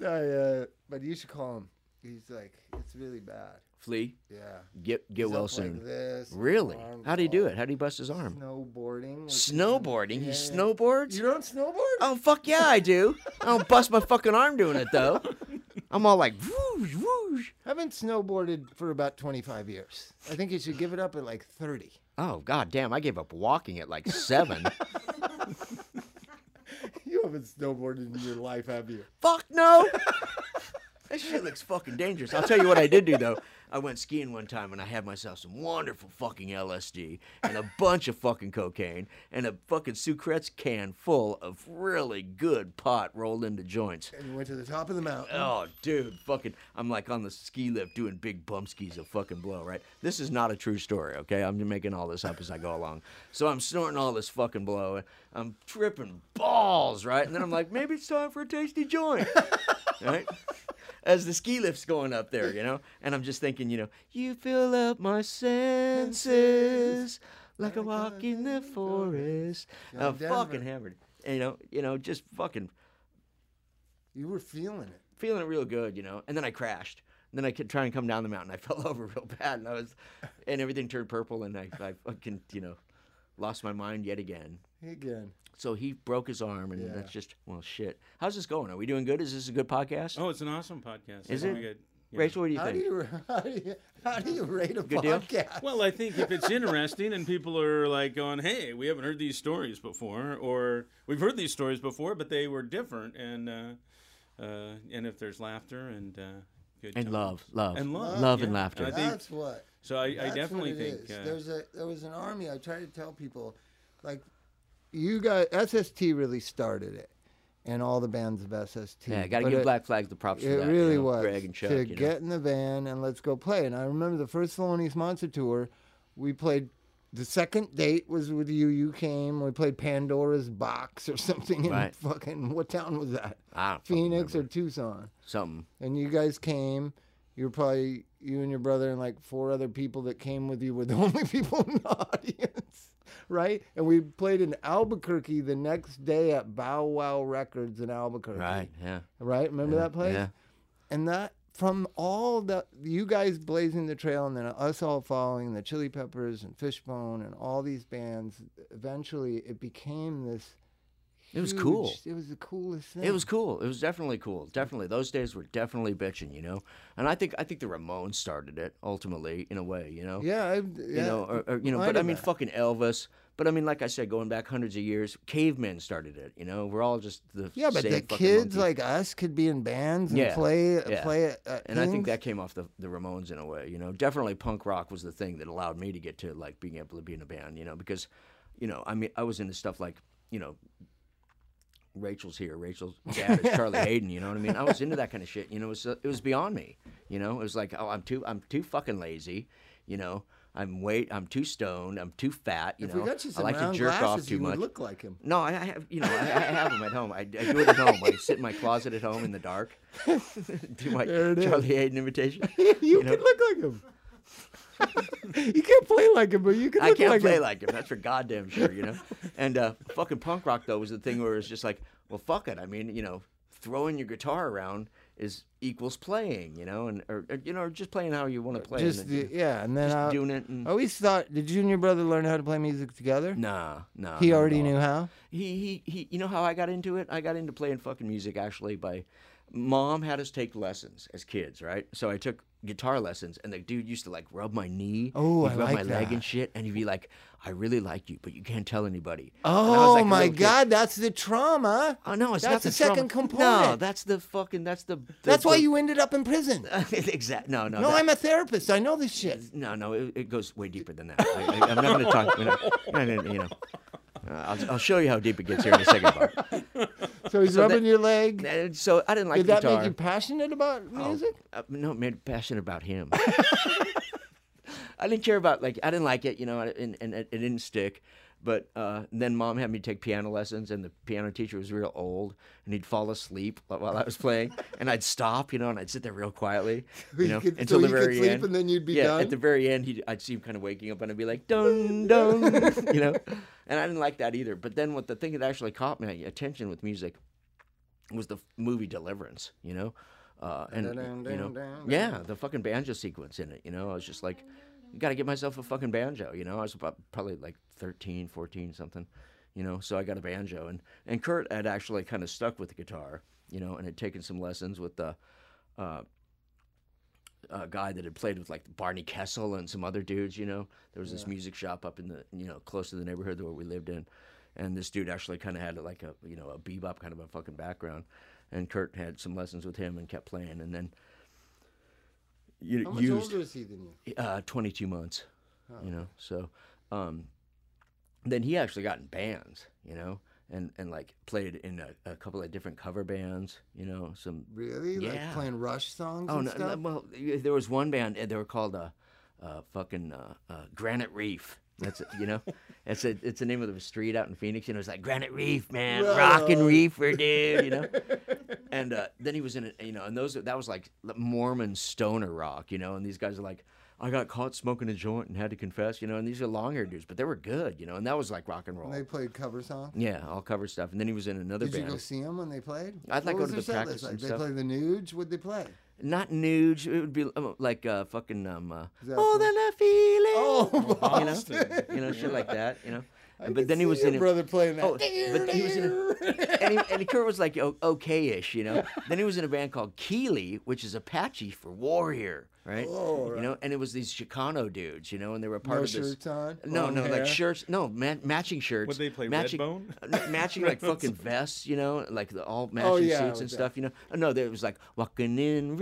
[SPEAKER 3] I, uh, but you should call him. He's like, it's really bad.
[SPEAKER 2] Flea,
[SPEAKER 3] Yeah.
[SPEAKER 2] get get
[SPEAKER 3] He's
[SPEAKER 2] well
[SPEAKER 3] up
[SPEAKER 2] soon.
[SPEAKER 3] Like this,
[SPEAKER 2] Really?
[SPEAKER 3] arms
[SPEAKER 2] How do you do
[SPEAKER 3] all
[SPEAKER 2] it? How do you bust his arm?
[SPEAKER 3] Snowboarding. which is-
[SPEAKER 2] Snowboarding? He
[SPEAKER 3] Yeah, yeah.
[SPEAKER 2] snowboards?
[SPEAKER 3] You don't snowboard?
[SPEAKER 2] Oh fuck yeah, I do. I don't bust my fucking arm doing it
[SPEAKER 3] [LAUGHS]
[SPEAKER 2] though. I'm all like whoosh whoosh.
[SPEAKER 3] I haven't snowboarded for about 25 years. I think you should give it up at like [LAUGHS] 30.
[SPEAKER 2] Oh god damn, I gave up walking at
[SPEAKER 3] [LAUGHS]
[SPEAKER 2] like seven.
[SPEAKER 3] [LAUGHS] You haven't snowboarded in your life, have you?
[SPEAKER 2] fuck no. That shit looks fucking dangerous. I'll tell you what I did do though. I went skiing one time and I had myself some wonderful fucking LSD and a bunch of fucking cocaine and a fucking Sucrets can full of really good pot rolled into joints.
[SPEAKER 3] And you went to the top of the mountain.
[SPEAKER 2] Oh, dude, fucking, I'm like on the ski lift doing big bump skis of fucking blow, right? This is not a true story, okay? I'm just making all this up as I go along. So I'm snorting all this fucking blow, and I'm tripping balls, right? And then I'm like, maybe it's time for a tasty joint, [LAUGHS] right? As the ski lift's going up there, you know? And I'm just thinking, you know, you fill up my senses like a walk in the forest.
[SPEAKER 3] John
[SPEAKER 2] Uh,
[SPEAKER 3] Denver.
[SPEAKER 2] fucking hammered. You know, you know, just fucking
[SPEAKER 3] You were feeling it.
[SPEAKER 2] feeling it real good, you know. And then I crashed. And then I could try and come down the mountain. I [LAUGHS] fell over real bad, and I was, and everything turned purple, and I, I fucking, you know, lost my mind yet again.
[SPEAKER 3] Again.
[SPEAKER 2] So he broke his arm, and
[SPEAKER 3] Yeah.
[SPEAKER 2] that's just well, shit. How's this going? Are we doing good? Is this a good podcast?
[SPEAKER 6] Oh, it's an awesome podcast.
[SPEAKER 2] Is
[SPEAKER 6] Oh
[SPEAKER 2] it?
[SPEAKER 6] my God. Yeah.
[SPEAKER 2] Rachel, what do you
[SPEAKER 3] How do
[SPEAKER 2] think?
[SPEAKER 3] you [LAUGHS] how do you how do you rate a
[SPEAKER 2] Good deal?
[SPEAKER 3] podcast?
[SPEAKER 6] Well, I think if it's interesting and people are like going, "Hey, we haven't heard these stories before," or "We've heard these stories before, but they were different," and uh, uh, and if there's laughter and uh, good
[SPEAKER 2] and
[SPEAKER 6] times.
[SPEAKER 2] love, love,
[SPEAKER 6] and love,
[SPEAKER 2] love,
[SPEAKER 6] yeah.
[SPEAKER 2] and laughter.
[SPEAKER 6] I think-
[SPEAKER 3] That's what.
[SPEAKER 6] So I, I
[SPEAKER 3] That's
[SPEAKER 6] definitely
[SPEAKER 3] what it
[SPEAKER 6] think
[SPEAKER 3] is.
[SPEAKER 6] uh,
[SPEAKER 3] there's a there was an army. I try to tell people, like, you got SST really started it, and all the bands of SST.
[SPEAKER 2] yeah, got to
[SPEAKER 3] But
[SPEAKER 2] give
[SPEAKER 3] it-
[SPEAKER 2] Black Flags the props
[SPEAKER 3] It
[SPEAKER 2] for that. you
[SPEAKER 3] really
[SPEAKER 2] know,
[SPEAKER 3] was
[SPEAKER 2] Greg and Chuck.
[SPEAKER 3] to
[SPEAKER 2] you know.
[SPEAKER 3] get in the van and let's go play. And I remember the first Thelonious Monster tour, we played. The second date was with you. You came. We played Pandora's Box or [LAUGHS] something in
[SPEAKER 2] Right.
[SPEAKER 3] fucking what town was that?
[SPEAKER 2] I don't fucking
[SPEAKER 3] Phoenix or
[SPEAKER 2] remember.
[SPEAKER 3] Tucson.
[SPEAKER 2] something.
[SPEAKER 3] and you guys came. You were probably you and your brother and like four other people that came with you were the [LAUGHS] only people in the audience, right? And we played in Albuquerque the next day at Bow Wow Records in Albuquerque.
[SPEAKER 2] Right. Yeah.
[SPEAKER 3] Right. Remember that place?
[SPEAKER 2] Yeah.
[SPEAKER 3] And that from all the you guys blazing the trail and then us all following the Chili Peppers and Fishbone and all these bands. Eventually, it became this.
[SPEAKER 2] It was
[SPEAKER 3] huge-
[SPEAKER 2] cool.
[SPEAKER 3] It was the coolest thing.
[SPEAKER 2] It was cool. It was definitely cool. Definitely, those days were definitely bitching, you know. And I think I think the Ramones started it ultimately in a way, you know.
[SPEAKER 3] Yeah, I, yeah.
[SPEAKER 2] You know, or, or, you know,
[SPEAKER 3] might
[SPEAKER 2] but I
[SPEAKER 3] have
[SPEAKER 2] mean,
[SPEAKER 3] been.
[SPEAKER 2] fucking Elvis. But I mean, like I said, going back hundreds of years, cavemen started it. You know, we're all just the
[SPEAKER 3] Yeah, but
[SPEAKER 2] same
[SPEAKER 3] the
[SPEAKER 2] fucking
[SPEAKER 3] kids
[SPEAKER 2] monkey.
[SPEAKER 3] like us could be in bands and
[SPEAKER 2] Yeah,
[SPEAKER 3] play uh,
[SPEAKER 2] yeah.
[SPEAKER 3] play at, at
[SPEAKER 2] and I think
[SPEAKER 3] things.
[SPEAKER 2] that came off the, the Ramones in a way, you know. Definitely punk rock was the thing that allowed me to get to like being able to be in a band, you know, because, you know, I mean, I was into stuff like, you know, Rachel's here, Rachel's dad
[SPEAKER 3] [LAUGHS]
[SPEAKER 2] is Charlie Hayden, you know what I mean? I was into that kind of shit, you know. It was it was beyond me, you know. It was like, oh, I'm too I'm too fucking lazy, you know. I'm weight, I'm too stoned, I'm too fat, you
[SPEAKER 3] if
[SPEAKER 2] know.
[SPEAKER 3] we got you
[SPEAKER 2] I
[SPEAKER 3] some
[SPEAKER 2] like
[SPEAKER 3] round
[SPEAKER 2] to jerk
[SPEAKER 3] glasses,
[SPEAKER 2] off too
[SPEAKER 3] you
[SPEAKER 2] much.
[SPEAKER 3] would look like
[SPEAKER 2] [LAUGHS]
[SPEAKER 3] him.
[SPEAKER 2] No, I I have, you know, I, I have them at home. I, I do it at home. I sit in my closet at home in the dark, [LAUGHS] do my
[SPEAKER 3] There it is.
[SPEAKER 2] Charlie
[SPEAKER 3] [LAUGHS]
[SPEAKER 2] Hayden imitation.
[SPEAKER 3] you,
[SPEAKER 2] know?
[SPEAKER 3] could look like him. [LAUGHS] you can't play like him, but you could
[SPEAKER 2] I
[SPEAKER 3] look
[SPEAKER 2] can't
[SPEAKER 3] like
[SPEAKER 2] play
[SPEAKER 3] him.
[SPEAKER 2] like him. That's for goddamn sure, you know. And uh, fucking punk rock though was the thing where it's just like, well, fuck it. I mean, you know, throwing your guitar around is equals playing, you know, and or, or, you know, or just playing how you want to play. and
[SPEAKER 3] Just
[SPEAKER 2] then-
[SPEAKER 3] the, Oh. yeah, and then
[SPEAKER 2] just
[SPEAKER 3] I,
[SPEAKER 2] doing it and-
[SPEAKER 3] I always thought, did you and your brother learn how to play music together?
[SPEAKER 2] Nah, nah.
[SPEAKER 3] he
[SPEAKER 2] not at
[SPEAKER 3] already
[SPEAKER 2] all.
[SPEAKER 3] knew how.
[SPEAKER 2] He, he he you know how I got into it? I got into playing fucking music actually by mom had us take lessons as kids, right? So I took guitar lessons and the dude used to like rub my knee,
[SPEAKER 3] Oh,
[SPEAKER 2] he'd
[SPEAKER 3] I
[SPEAKER 2] rub my
[SPEAKER 3] like
[SPEAKER 2] leg
[SPEAKER 3] that.
[SPEAKER 2] and shit and he'd be like, I really like you, but you can't tell anybody. And I was,
[SPEAKER 3] Oh
[SPEAKER 2] like, a
[SPEAKER 3] my
[SPEAKER 2] little kid.
[SPEAKER 3] God, that's the trauma.
[SPEAKER 2] Oh no, it's
[SPEAKER 3] that's
[SPEAKER 2] not
[SPEAKER 3] the,
[SPEAKER 2] the
[SPEAKER 3] second
[SPEAKER 2] trauma.
[SPEAKER 3] component.
[SPEAKER 2] No, that's the fucking that's the, the-
[SPEAKER 3] that's why
[SPEAKER 2] the-
[SPEAKER 3] you ended up in prison.
[SPEAKER 2] [LAUGHS] exact no no
[SPEAKER 3] No,
[SPEAKER 2] that-
[SPEAKER 3] I'm a therapist. I know this
[SPEAKER 2] [LAUGHS]
[SPEAKER 3] shit.
[SPEAKER 2] no, no, it, it goes way deeper than that. I, I, I'm not going to talk. You know, [LAUGHS] I didn't- you know. Uh, I'll, I'll show you how deep it gets here in a second.
[SPEAKER 3] [LAUGHS]
[SPEAKER 2] Bob.
[SPEAKER 3] So he's
[SPEAKER 2] So
[SPEAKER 3] rubbing
[SPEAKER 2] that-
[SPEAKER 3] your leg.
[SPEAKER 2] And so I didn't like
[SPEAKER 3] Did that
[SPEAKER 2] guitar.
[SPEAKER 3] make you passionate about
[SPEAKER 2] Oh,
[SPEAKER 3] music?
[SPEAKER 2] uh, no, it made me passionate about him. [LAUGHS] I didn't care about like I didn't like it, you know, and, and it, it didn't stick. But uh, then mom had me take piano lessons, and the piano teacher was real old, and he'd fall asleep while I was playing, [LAUGHS] and I'd stop, you know, and I'd sit there
[SPEAKER 3] [LAUGHS]
[SPEAKER 2] real quietly, you
[SPEAKER 3] you
[SPEAKER 2] know,
[SPEAKER 3] could-
[SPEAKER 2] until
[SPEAKER 3] so
[SPEAKER 2] the
[SPEAKER 3] you could
[SPEAKER 2] very
[SPEAKER 3] sleep
[SPEAKER 2] end.
[SPEAKER 3] and then you'd be
[SPEAKER 2] yeah,
[SPEAKER 3] done?
[SPEAKER 2] at the very end, he'd, I'd see him kind of waking up, and I'd be like, dun dun, [LAUGHS] you know, and I didn't like that either. But then what the thing that actually caught my attention with music was the f- movie Deliverance, you know, uh, and
[SPEAKER 3] Dun-dun-dun,
[SPEAKER 2] you know,
[SPEAKER 3] dun-dun.
[SPEAKER 2] yeah, the fucking banjo sequence in it, you know, I was just like, got to get myself a fucking banjo, you know, I was about probably like 13, 14, something, you know, so I got a banjo, and and Kurt had actually kind of stuck with the guitar, you know, and had taken some lessons with the. Uh, a guy that had played with like Barney Kessel and some other dudes, you know. There was this music shop up in the, you know, close to the neighborhood where we lived in. And this dude actually kind of had like a, you know, a bebop kind of a fucking background. and Kurt had some lessons with him and kept playing. And then you
[SPEAKER 3] How much
[SPEAKER 2] used
[SPEAKER 3] older Oh, is he than you?
[SPEAKER 2] uh, 22 months, you know. So um, then he actually got in bands, you know, and, and like played in a, a couple of different cover bands, you know, some
[SPEAKER 3] Really? Like
[SPEAKER 2] Yeah.
[SPEAKER 3] playing Rush songs
[SPEAKER 2] Oh
[SPEAKER 3] and
[SPEAKER 2] no! no,
[SPEAKER 3] stuff?
[SPEAKER 2] Well, y- there was one band. uh, They were called uh, uh, fucking uh, uh, Granite Reef. That's it, you know, it's a, it's the name of the street out in Phoenix. You know, it's like Granite Reef, man, rockin'
[SPEAKER 3] Well.
[SPEAKER 2] reefer, dude.
[SPEAKER 3] [LAUGHS]
[SPEAKER 2] You know, and uh, then he was in, a, you know, and those that was like Mormon stoner rock, you know, and these guys are like. I got caught smoking a joint and had to confess, you know, and these are long hair dudes, but they were good, you know, and that was like rock and roll.
[SPEAKER 3] And they played cover songs?
[SPEAKER 2] yeah, all cover stuff. And then he was in another
[SPEAKER 3] Did you
[SPEAKER 2] band.
[SPEAKER 3] go see them when they played?
[SPEAKER 2] I'd, like,
[SPEAKER 3] What
[SPEAKER 2] go to
[SPEAKER 3] was
[SPEAKER 2] the
[SPEAKER 3] their set list
[SPEAKER 2] practice
[SPEAKER 3] Like,
[SPEAKER 2] and
[SPEAKER 3] they
[SPEAKER 2] stuff.
[SPEAKER 3] play the Nudes. What'd they
[SPEAKER 2] [LAUGHS]
[SPEAKER 3] play?
[SPEAKER 2] Not Nuge. It would be um, like uh, fucking um, uh,
[SPEAKER 3] that
[SPEAKER 2] more
[SPEAKER 3] from-
[SPEAKER 2] than a feeling.
[SPEAKER 3] Oh,
[SPEAKER 2] you know,
[SPEAKER 6] Boston.
[SPEAKER 2] you know, shit like that. You know,
[SPEAKER 3] I
[SPEAKER 2] but
[SPEAKER 3] could
[SPEAKER 2] then he
[SPEAKER 3] see
[SPEAKER 2] was
[SPEAKER 3] [LAUGHS] your
[SPEAKER 2] in. a-
[SPEAKER 3] brother playing that.
[SPEAKER 2] [LAUGHS] Oh, but he was in. A, and, he, and Kurt was like o- okay-ish, you know.
[SPEAKER 3] [LAUGHS]
[SPEAKER 2] Then he was in a band called Keeley, which is Apache for warrior, right?
[SPEAKER 3] Oh,
[SPEAKER 2] You know, and it was these Chicano dudes, you know, and they were part
[SPEAKER 3] No
[SPEAKER 2] of this.
[SPEAKER 3] shirts on.
[SPEAKER 2] No,
[SPEAKER 3] long
[SPEAKER 2] no,
[SPEAKER 3] hair.
[SPEAKER 2] like shirts. No, ma- matching shirts.
[SPEAKER 6] Would they play
[SPEAKER 2] matching,
[SPEAKER 6] Redbone?
[SPEAKER 2] uh, [LAUGHS] n- matching like fucking vests, you know, like the all matching
[SPEAKER 3] Oh, yeah,
[SPEAKER 2] suits
[SPEAKER 3] with
[SPEAKER 2] and
[SPEAKER 3] that.
[SPEAKER 2] stuff, you know. Uh, No, there was like walking in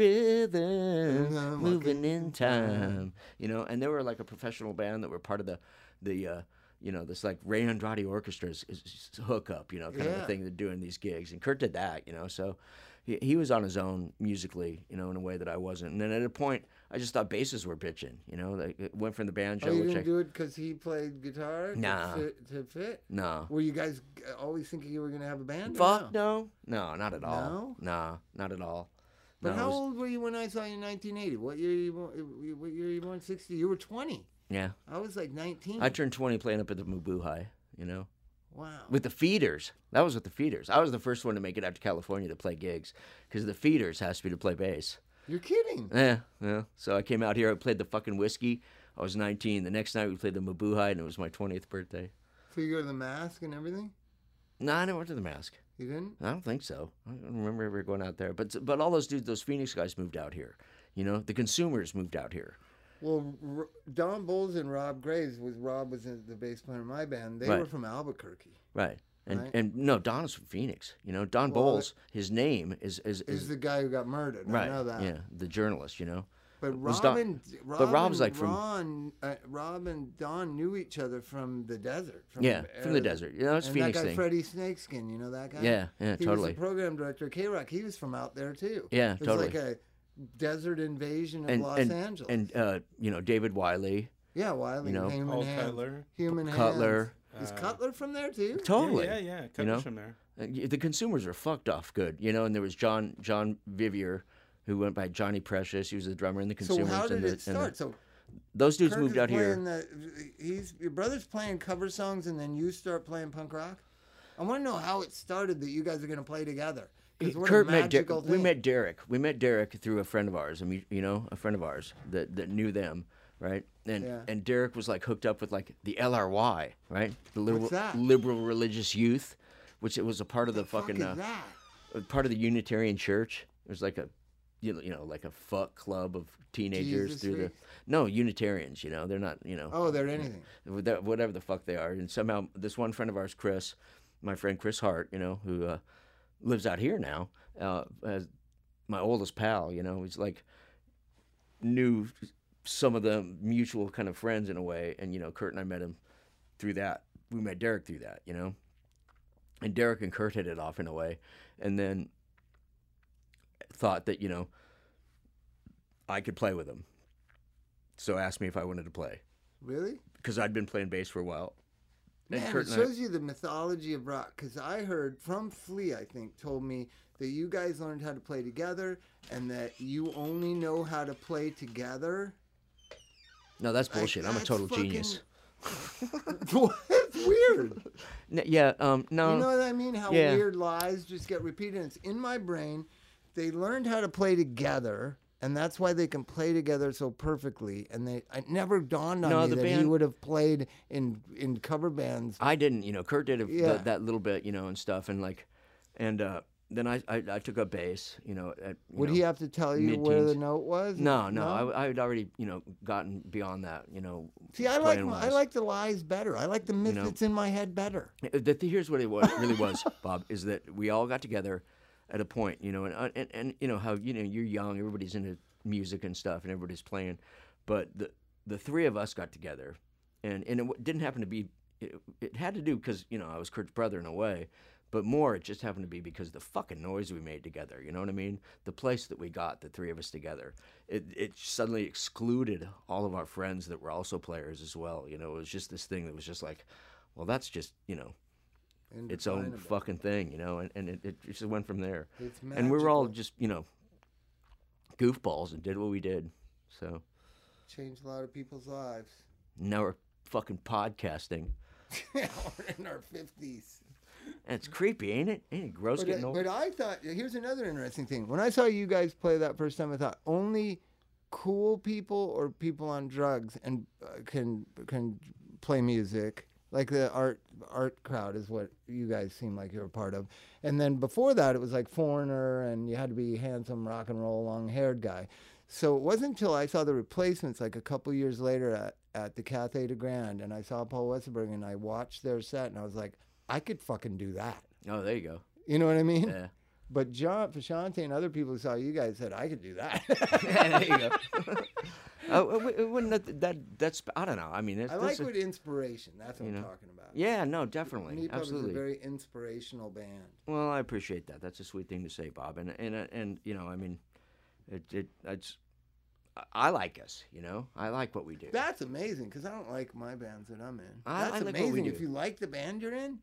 [SPEAKER 2] rhythm,
[SPEAKER 3] Mhm,
[SPEAKER 2] moving in time, you know. And they were like a professional band that were part of the, the, uh, you know, this like Ray Andrade Orchestra's is- is hookup, you know, kind of
[SPEAKER 3] Yeah.
[SPEAKER 2] a thing. They're doing these gigs, and Kurt did that, you know. So he, he was on his own musically, you know, in a way that I wasn't. And then at a point, I just thought basses were bitching, you know. Like it went from the banjo,
[SPEAKER 3] Oh, you
[SPEAKER 2] which I
[SPEAKER 3] didn't do it because he played guitar? to
[SPEAKER 2] Nah.
[SPEAKER 3] fit- To fit?
[SPEAKER 2] no.
[SPEAKER 3] Were you guys g- always thinking you were going to have a band? or
[SPEAKER 2] Fuck no. No, not at
[SPEAKER 3] No?
[SPEAKER 2] all. Nah, not at all.
[SPEAKER 3] But
[SPEAKER 2] no, it
[SPEAKER 3] how
[SPEAKER 2] was-
[SPEAKER 3] old were you when I saw you in 1980? What year you born? What year you born? 60. You were 20.
[SPEAKER 2] Yeah.
[SPEAKER 3] I was like 19.
[SPEAKER 2] I turned 20 playing up at the Mubu High, you know,
[SPEAKER 3] wow.
[SPEAKER 2] with the feeders. That was with the feeders. I was the first one to make it out to California to play gigs because the feeders asked me to play bass.
[SPEAKER 3] You're kidding.
[SPEAKER 2] Yeah, yeah. So I came out here, I played the fucking whiskey. I was 19. The next night we played the Mubu High and it was my 20th birthday.
[SPEAKER 3] So you go to the mask and everything?
[SPEAKER 2] No, I didn't wear to the mask.
[SPEAKER 3] You didn't?
[SPEAKER 2] I don't think so. I don't remember ever going out there. But but all those dudes, those Phoenix guys moved out here. You know, the consumers moved out here.
[SPEAKER 3] Well, R- Don Bowles and Rob Graves was Rob was in the bass player in my band. They were
[SPEAKER 2] Right.
[SPEAKER 3] from Albuquerque.
[SPEAKER 2] Right. And
[SPEAKER 3] Right?
[SPEAKER 2] and no, Don is from Phoenix. You know, Don
[SPEAKER 3] Well,
[SPEAKER 2] Bowles, his name is is,
[SPEAKER 3] He's
[SPEAKER 2] is
[SPEAKER 3] the guy who got murdered. I
[SPEAKER 2] right.
[SPEAKER 3] know that.
[SPEAKER 2] Yeah, the journalist. You know.
[SPEAKER 3] But
[SPEAKER 2] was Don-
[SPEAKER 3] Robin, Rob
[SPEAKER 2] but
[SPEAKER 3] and
[SPEAKER 2] Rob's like from-
[SPEAKER 3] Ron, uh, Rob and Don knew each other from the desert. From
[SPEAKER 2] yeah, from the
[SPEAKER 3] Arizona.
[SPEAKER 2] desert. You know, it's
[SPEAKER 3] and
[SPEAKER 2] Phoenix
[SPEAKER 3] that guy
[SPEAKER 2] thing.
[SPEAKER 3] Freddie Snakeskin, you know that guy?
[SPEAKER 2] Yeah, yeah,
[SPEAKER 3] he was
[SPEAKER 2] totally.
[SPEAKER 3] the program director at K Rock. He was from out there too.
[SPEAKER 2] Yeah,
[SPEAKER 3] it was
[SPEAKER 2] totally.
[SPEAKER 3] like a desert invasion of
[SPEAKER 2] and
[SPEAKER 3] Los
[SPEAKER 2] and
[SPEAKER 3] Angeles.
[SPEAKER 2] and uh, you know David Wiley,
[SPEAKER 3] yeah, Wiley,
[SPEAKER 2] you know,
[SPEAKER 3] Human
[SPEAKER 6] Paul
[SPEAKER 3] Hands,
[SPEAKER 6] Cutler.
[SPEAKER 3] Human
[SPEAKER 2] Cutler.
[SPEAKER 3] Hands. Is Cutler from there too?
[SPEAKER 2] [LAUGHS] totally.
[SPEAKER 6] Yeah, yeah, yeah. Cut
[SPEAKER 2] know?
[SPEAKER 6] from there.
[SPEAKER 2] Uh, y- The consumers are fucked off good. You know, and there was John John Vivier, who went by Johnny Precious. He was the drummer in the
[SPEAKER 3] So
[SPEAKER 2] consumers.
[SPEAKER 3] how did
[SPEAKER 2] and the,
[SPEAKER 3] it
[SPEAKER 2] and the-
[SPEAKER 3] start? So
[SPEAKER 2] those dudes
[SPEAKER 3] Kirk
[SPEAKER 2] moved
[SPEAKER 3] is
[SPEAKER 2] out here.
[SPEAKER 3] playing The, he's your brother's playing cover songs, and then you start playing punk rock. I want to know how it started that you guys are going to play together. Because what
[SPEAKER 2] Kurt
[SPEAKER 3] a
[SPEAKER 2] met Derek.
[SPEAKER 3] magical
[SPEAKER 2] We
[SPEAKER 3] thing.
[SPEAKER 2] met Derek. We met Derek through a friend of ours. I mean, you know, a friend of ours that, that knew them, right? And
[SPEAKER 3] Yeah.
[SPEAKER 2] and Derek was like hooked up with like the LRY, right? The liberal,
[SPEAKER 3] that?
[SPEAKER 2] liberal religious youth, which it was a part of the, fucking
[SPEAKER 3] Fuck is
[SPEAKER 2] uh,
[SPEAKER 3] that?
[SPEAKER 2] a part of the Unitarian Church. It was like a, you know, you know like a fuck club of teenagers
[SPEAKER 3] Jesus
[SPEAKER 2] through
[SPEAKER 3] freaks.
[SPEAKER 2] the no Unitarians. You know, they're not. You know,
[SPEAKER 3] Oh, they're anything.
[SPEAKER 2] with that- whatever the fuck they are. And somehow this one friend of ours, Chris, my friend Chris Hart, you know, who uh, lives out here now, uh, as my oldest pal, you know, he's like knew some of the mutual kind of friends in a way. And, you know, Kurt and I met him through that. We met Derek through that, you know. And Derek and Kurt hit it off in a way. And then thought that, you know, I could play with him. So asked me if I wanted to play
[SPEAKER 3] Really?
[SPEAKER 2] because I'd been playing bass for a while. And
[SPEAKER 3] Man,
[SPEAKER 2] Kurt
[SPEAKER 3] it
[SPEAKER 2] and I-
[SPEAKER 3] shows you the mythology of rock. Because I heard from Flea, I think, told me that you guys learned how to play together, and that you only know how to play together.
[SPEAKER 2] No, that's bullshit. I'm a
[SPEAKER 3] that's
[SPEAKER 2] total
[SPEAKER 3] fucking-
[SPEAKER 2] genius.
[SPEAKER 3] [LAUGHS] What? It's weird.
[SPEAKER 2] N- yeah, um, no,
[SPEAKER 3] You know what I mean? How
[SPEAKER 2] yeah.
[SPEAKER 3] weird lies just get repeated. And it's in my brain. They learned how to play together, and that's why they can play together so perfectly. And they, it never dawned on
[SPEAKER 2] No,
[SPEAKER 3] me
[SPEAKER 2] the
[SPEAKER 3] that he
[SPEAKER 2] band-
[SPEAKER 3] would have played in in cover bands.
[SPEAKER 2] I didn't. You know, Kurt did a, th-
[SPEAKER 3] Yeah.
[SPEAKER 2] that little bit, you know, and stuff, and like, and uh, then I, I I took up bass, you know. At, you
[SPEAKER 3] Would
[SPEAKER 2] know,
[SPEAKER 3] he have to tell you where the
[SPEAKER 2] mid-teens.
[SPEAKER 3] note was?
[SPEAKER 2] No, no, I w- I, had already, you know, gotten beyond that, you know.
[SPEAKER 3] See, I like I
[SPEAKER 2] playing-wise.
[SPEAKER 3] like the lies better. I like the myth
[SPEAKER 2] know?
[SPEAKER 3] that's in my head better.
[SPEAKER 2] Uh, The, th- here's what it was, really was, Bob, is that we all got together at a point, you know, and and, and you know how you know you're young, everybody's into music and stuff, and everybody's playing, but the the three of us got together, and and it w- didn't happen to be it, it had to do because you know I was Kurt's brother in a way, but more it just happened to be because the fucking noise we made together. You know what I mean? The place that we got the three of us together, it it suddenly excluded all of our friends that were also players as well. You know, it was just this thing that was just like, well, that's just you know its own
[SPEAKER 3] Indefinable.
[SPEAKER 2] fucking thing, you know, and, and it, it just went from there. and we were all
[SPEAKER 3] magical.
[SPEAKER 2] just, you know, goofballs and did what we did. So
[SPEAKER 3] Changed a lot of people's lives. [LAUGHS]
[SPEAKER 2] now we're fucking podcasting.
[SPEAKER 3] we're in our fifties.
[SPEAKER 2] And it's creepy, ain't it? Ain't it gross
[SPEAKER 3] But,
[SPEAKER 2] getting
[SPEAKER 3] I-
[SPEAKER 2] old?
[SPEAKER 3] but I thought here's another interesting thing. When I saw you guys play that first time, I thought only cool people or people on drugs and uh, can can play music. Like the art art crowd is what you guys seem like you're a part of. And then before that, it was like foreigner, and you had to be handsome rock and roll long haired guy. So it wasn't until I saw the replacements like a couple years later at, at the Cathay de Grand, and I saw Paul Westerberg, and I watched their set, and I was like, I could fucking do that.
[SPEAKER 2] oh, there you go.
[SPEAKER 3] You know what I mean?
[SPEAKER 2] Yeah.
[SPEAKER 3] But John Fashante and other people who saw you guys said, I could do
[SPEAKER 2] [LAUGHS]
[SPEAKER 3] that.
[SPEAKER 2] yeah there you go. [LAUGHS] oh, it, w- it wouldn't that, that that's I don't know. I mean, it's,
[SPEAKER 3] I
[SPEAKER 2] that's
[SPEAKER 3] like
[SPEAKER 2] a-
[SPEAKER 3] what inspiration. That's what
[SPEAKER 2] you
[SPEAKER 3] I'm
[SPEAKER 2] know.
[SPEAKER 3] talking about.
[SPEAKER 2] yeah, no,
[SPEAKER 3] Meat
[SPEAKER 2] definitely,
[SPEAKER 3] Puppets is
[SPEAKER 2] absolutely.
[SPEAKER 3] a very inspirational band.
[SPEAKER 2] Well, I appreciate that. That's a sweet thing to say, Bob. And and uh, and, you know, I mean, it it it's I- I like us. You know, I like what we do.
[SPEAKER 3] That's amazing because I don't like my bands that I'm in.
[SPEAKER 2] I-
[SPEAKER 3] That's
[SPEAKER 2] I like what we
[SPEAKER 3] amazing.
[SPEAKER 2] do.
[SPEAKER 3] if you like the band you're in,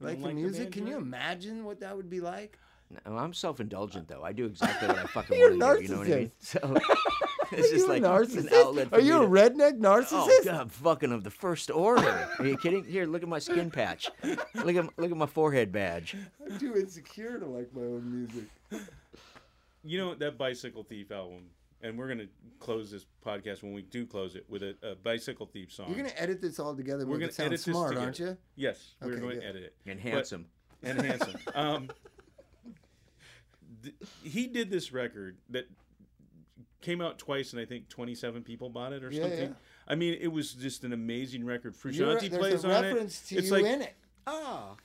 [SPEAKER 6] don't
[SPEAKER 3] like the
[SPEAKER 6] like the
[SPEAKER 3] music,
[SPEAKER 6] band
[SPEAKER 3] can
[SPEAKER 6] you're
[SPEAKER 3] you
[SPEAKER 6] in?
[SPEAKER 3] imagine what that would be like?
[SPEAKER 2] No, I'm self-indulgent though. I do exactly
[SPEAKER 3] [LAUGHS]
[SPEAKER 2] what I fucking
[SPEAKER 3] You're
[SPEAKER 2] want to do. You know what I mean?
[SPEAKER 3] [LAUGHS]
[SPEAKER 2] So [LAUGHS] [LAUGHS] it's
[SPEAKER 3] Are
[SPEAKER 2] just
[SPEAKER 3] you
[SPEAKER 2] like
[SPEAKER 3] a
[SPEAKER 2] it's
[SPEAKER 3] narcissist?
[SPEAKER 2] an outlet. For
[SPEAKER 3] Are
[SPEAKER 2] me
[SPEAKER 3] you a
[SPEAKER 2] to-
[SPEAKER 3] redneck
[SPEAKER 2] Oh
[SPEAKER 3] narcissist? [LAUGHS]
[SPEAKER 2] god, fucking of the first order. Are you kidding? Here, look at my
[SPEAKER 3] [LAUGHS]
[SPEAKER 2] skin patch. Look at look at my forehead badge.
[SPEAKER 3] I'm too insecure to like my own music.
[SPEAKER 6] You know that Bicycle Thief album, and we're gonna close this podcast when we do close it with a, a Bicycle Thief song.
[SPEAKER 3] You're going to edit this all together.
[SPEAKER 6] we're
[SPEAKER 3] going
[SPEAKER 6] gonna
[SPEAKER 3] to
[SPEAKER 6] edit
[SPEAKER 3] smart,
[SPEAKER 6] this together.
[SPEAKER 3] aren't you?
[SPEAKER 6] Yes, we're
[SPEAKER 3] Okay,
[SPEAKER 6] going to
[SPEAKER 3] good.
[SPEAKER 6] edit it.
[SPEAKER 2] And
[SPEAKER 6] But-
[SPEAKER 2] handsome.
[SPEAKER 6] and handsome. Um, th- he did this record that came out twice, and I think 27 people bought it or
[SPEAKER 3] Yeah,
[SPEAKER 6] something.
[SPEAKER 3] yeah.
[SPEAKER 6] I mean, it was just an amazing record.
[SPEAKER 3] You're-
[SPEAKER 6] Frusciante
[SPEAKER 3] there's
[SPEAKER 6] plays
[SPEAKER 3] a
[SPEAKER 6] on it.
[SPEAKER 3] reference to
[SPEAKER 6] it's
[SPEAKER 3] you
[SPEAKER 6] like
[SPEAKER 3] in it. Oh.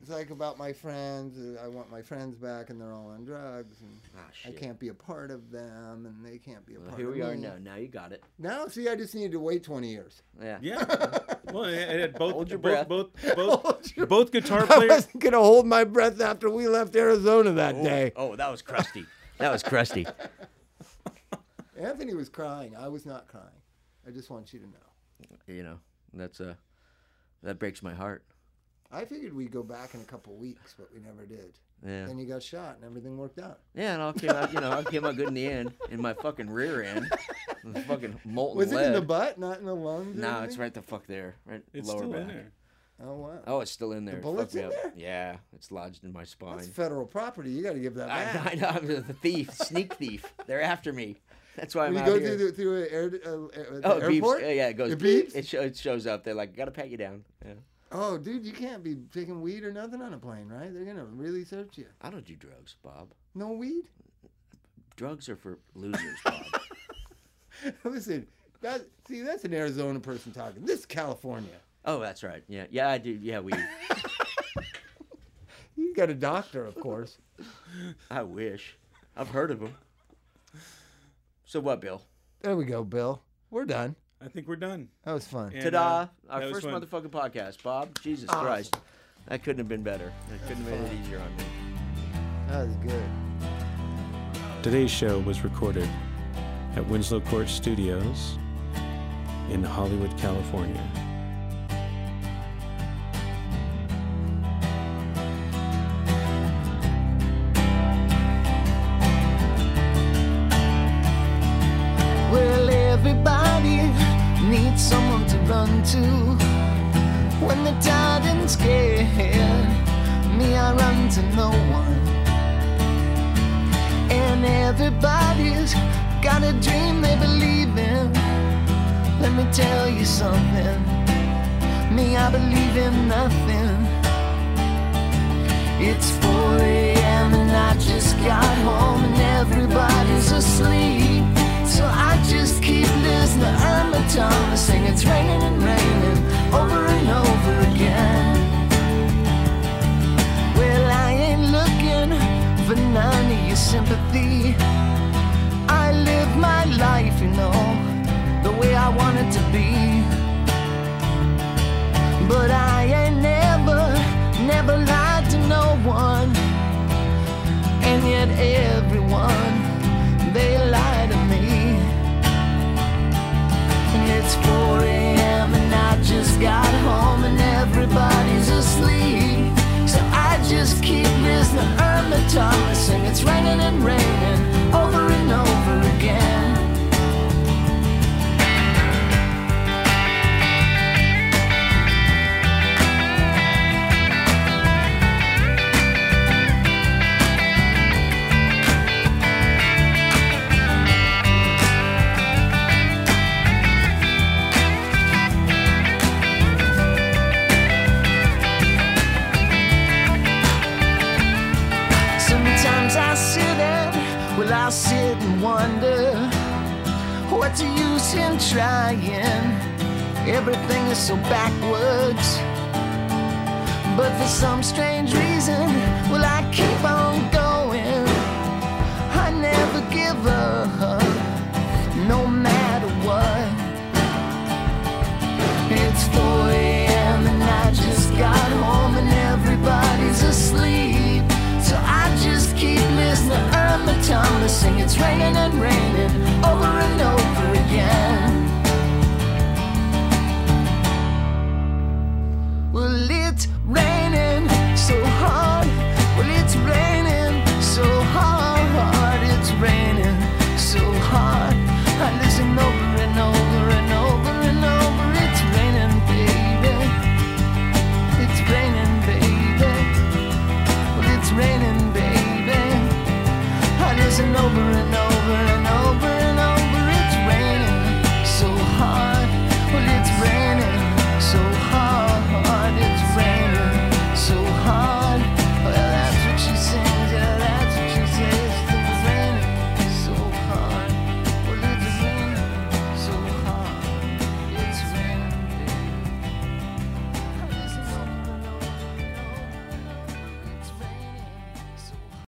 [SPEAKER 3] It's like about my friends. uh, I want my friends back, and they're all on drugs. And
[SPEAKER 2] Ah,
[SPEAKER 3] I
[SPEAKER 2] shit.
[SPEAKER 3] can't be a part of them, and they can't be a
[SPEAKER 2] Well,
[SPEAKER 3] part
[SPEAKER 2] here
[SPEAKER 3] of
[SPEAKER 2] we are
[SPEAKER 3] me.
[SPEAKER 2] now. Now you got it.
[SPEAKER 3] Now, see, I just needed to wait 20
[SPEAKER 6] [LAUGHS]
[SPEAKER 3] years.
[SPEAKER 2] Yeah.
[SPEAKER 3] [LAUGHS]
[SPEAKER 6] yeah. Well, it it had both
[SPEAKER 2] Hold your
[SPEAKER 6] both,
[SPEAKER 2] breath.
[SPEAKER 6] both both
[SPEAKER 3] Hold your-
[SPEAKER 6] both guitar
[SPEAKER 3] I
[SPEAKER 6] players.
[SPEAKER 3] [LAUGHS] wasn't going to hold my breath after we left Arizona that day.
[SPEAKER 2] Oh, that was crusty. [LAUGHS] That was crusty.
[SPEAKER 3] Anthony was crying. I was not crying. I just want you to know.
[SPEAKER 2] You know, that's uh that breaks my heart.
[SPEAKER 3] I figured we'd go back in a couple weeks, but we never did.
[SPEAKER 2] Yeah.
[SPEAKER 3] Then you got shot, and everything worked out.
[SPEAKER 2] Yeah, and I came out, you know, I came out good in the end, in my fucking
[SPEAKER 3] [LAUGHS]
[SPEAKER 2] rear end, with fucking molten
[SPEAKER 3] Was
[SPEAKER 2] lead.
[SPEAKER 3] it in the butt, not in the lungs? or
[SPEAKER 2] No, it's
[SPEAKER 3] anything?
[SPEAKER 2] right the fuck there, right
[SPEAKER 6] It's
[SPEAKER 2] lower
[SPEAKER 6] still
[SPEAKER 2] back.
[SPEAKER 6] in there.
[SPEAKER 3] Oh, wow.
[SPEAKER 2] Oh, it's still in there. It fucked
[SPEAKER 3] bullet's
[SPEAKER 2] me
[SPEAKER 3] in
[SPEAKER 2] up.
[SPEAKER 3] there?
[SPEAKER 2] Yeah, it's lodged in my
[SPEAKER 3] That's
[SPEAKER 2] spine.
[SPEAKER 3] federal property. You got to give that
[SPEAKER 2] [LAUGHS] I,
[SPEAKER 3] back.
[SPEAKER 2] I know I'm the thief, sneak thief. They're after me. That's why I'm
[SPEAKER 3] When you go
[SPEAKER 2] out here.
[SPEAKER 3] through the, through a air, uh, uh,
[SPEAKER 2] oh,
[SPEAKER 3] the
[SPEAKER 2] it beeps.
[SPEAKER 3] airport?
[SPEAKER 2] Yeah, yeah, it goes.
[SPEAKER 3] It beeps?
[SPEAKER 2] It, show, it shows up. They're like, gotta pat you down. Yeah.
[SPEAKER 3] Oh, dude, you can't be taking weed or nothing on a plane, right? They're gonna really search you.
[SPEAKER 2] I don't do drugs, Bob.
[SPEAKER 3] No weed. [LAUGHS]
[SPEAKER 2] Drugs are for losers, Bob. [LAUGHS]
[SPEAKER 3] Listen, that see, that's an Arizona person talking. This is California.
[SPEAKER 2] oh, that's right. Yeah, yeah, I do. Yeah, we.
[SPEAKER 3] You got a doctor, of course.
[SPEAKER 2] I wish. I've heard of them. So what, Bill?
[SPEAKER 3] there we go, Bill. We're done.
[SPEAKER 6] I think we're done.
[SPEAKER 3] That was fun.
[SPEAKER 6] And,
[SPEAKER 2] Ta-da!
[SPEAKER 6] uh,
[SPEAKER 2] Our
[SPEAKER 6] that was
[SPEAKER 2] first
[SPEAKER 6] fun.
[SPEAKER 2] motherfucking podcast, Bob. Jesus
[SPEAKER 3] Awesome.
[SPEAKER 2] Christ, that couldn't have been better. That couldn't have been easier on me.
[SPEAKER 3] That was good.
[SPEAKER 4] Today's show was recorded at Winslow Court Studios in Hollywood, California.
[SPEAKER 7] Well, everybody needs someone to run to. When they're tired and scared, me, I run to no one. And everybody's got a dream they believe in. Let me tell you something. Me, I believe in nothing. It's 4 a.m. and I just got home and everybody's asleep. So I just keep listening. I'm a tongue sing. It's raining and raining over and over again. Well, I ain't looking for nothing. sympathy. I live my life, you know, the way I want it to be. But I ain't never, never lied to no one. And yet everyone, they lie to me. And it's 4 a.m. and I just got home and everybody's asleep. So I just keep listening, Irma Thomas sing. It's raining and raining over and over again. Sometimes I sit and, well, I sit and wonder what's the use in trying? Everything is so backwards. But for some strange reason, well, I keep on going. I never give up, no matter what. It's 4 a.m. and I just got home and everybody's asleep. So I just keep listening. Irma Thomas sing. It's raining and raining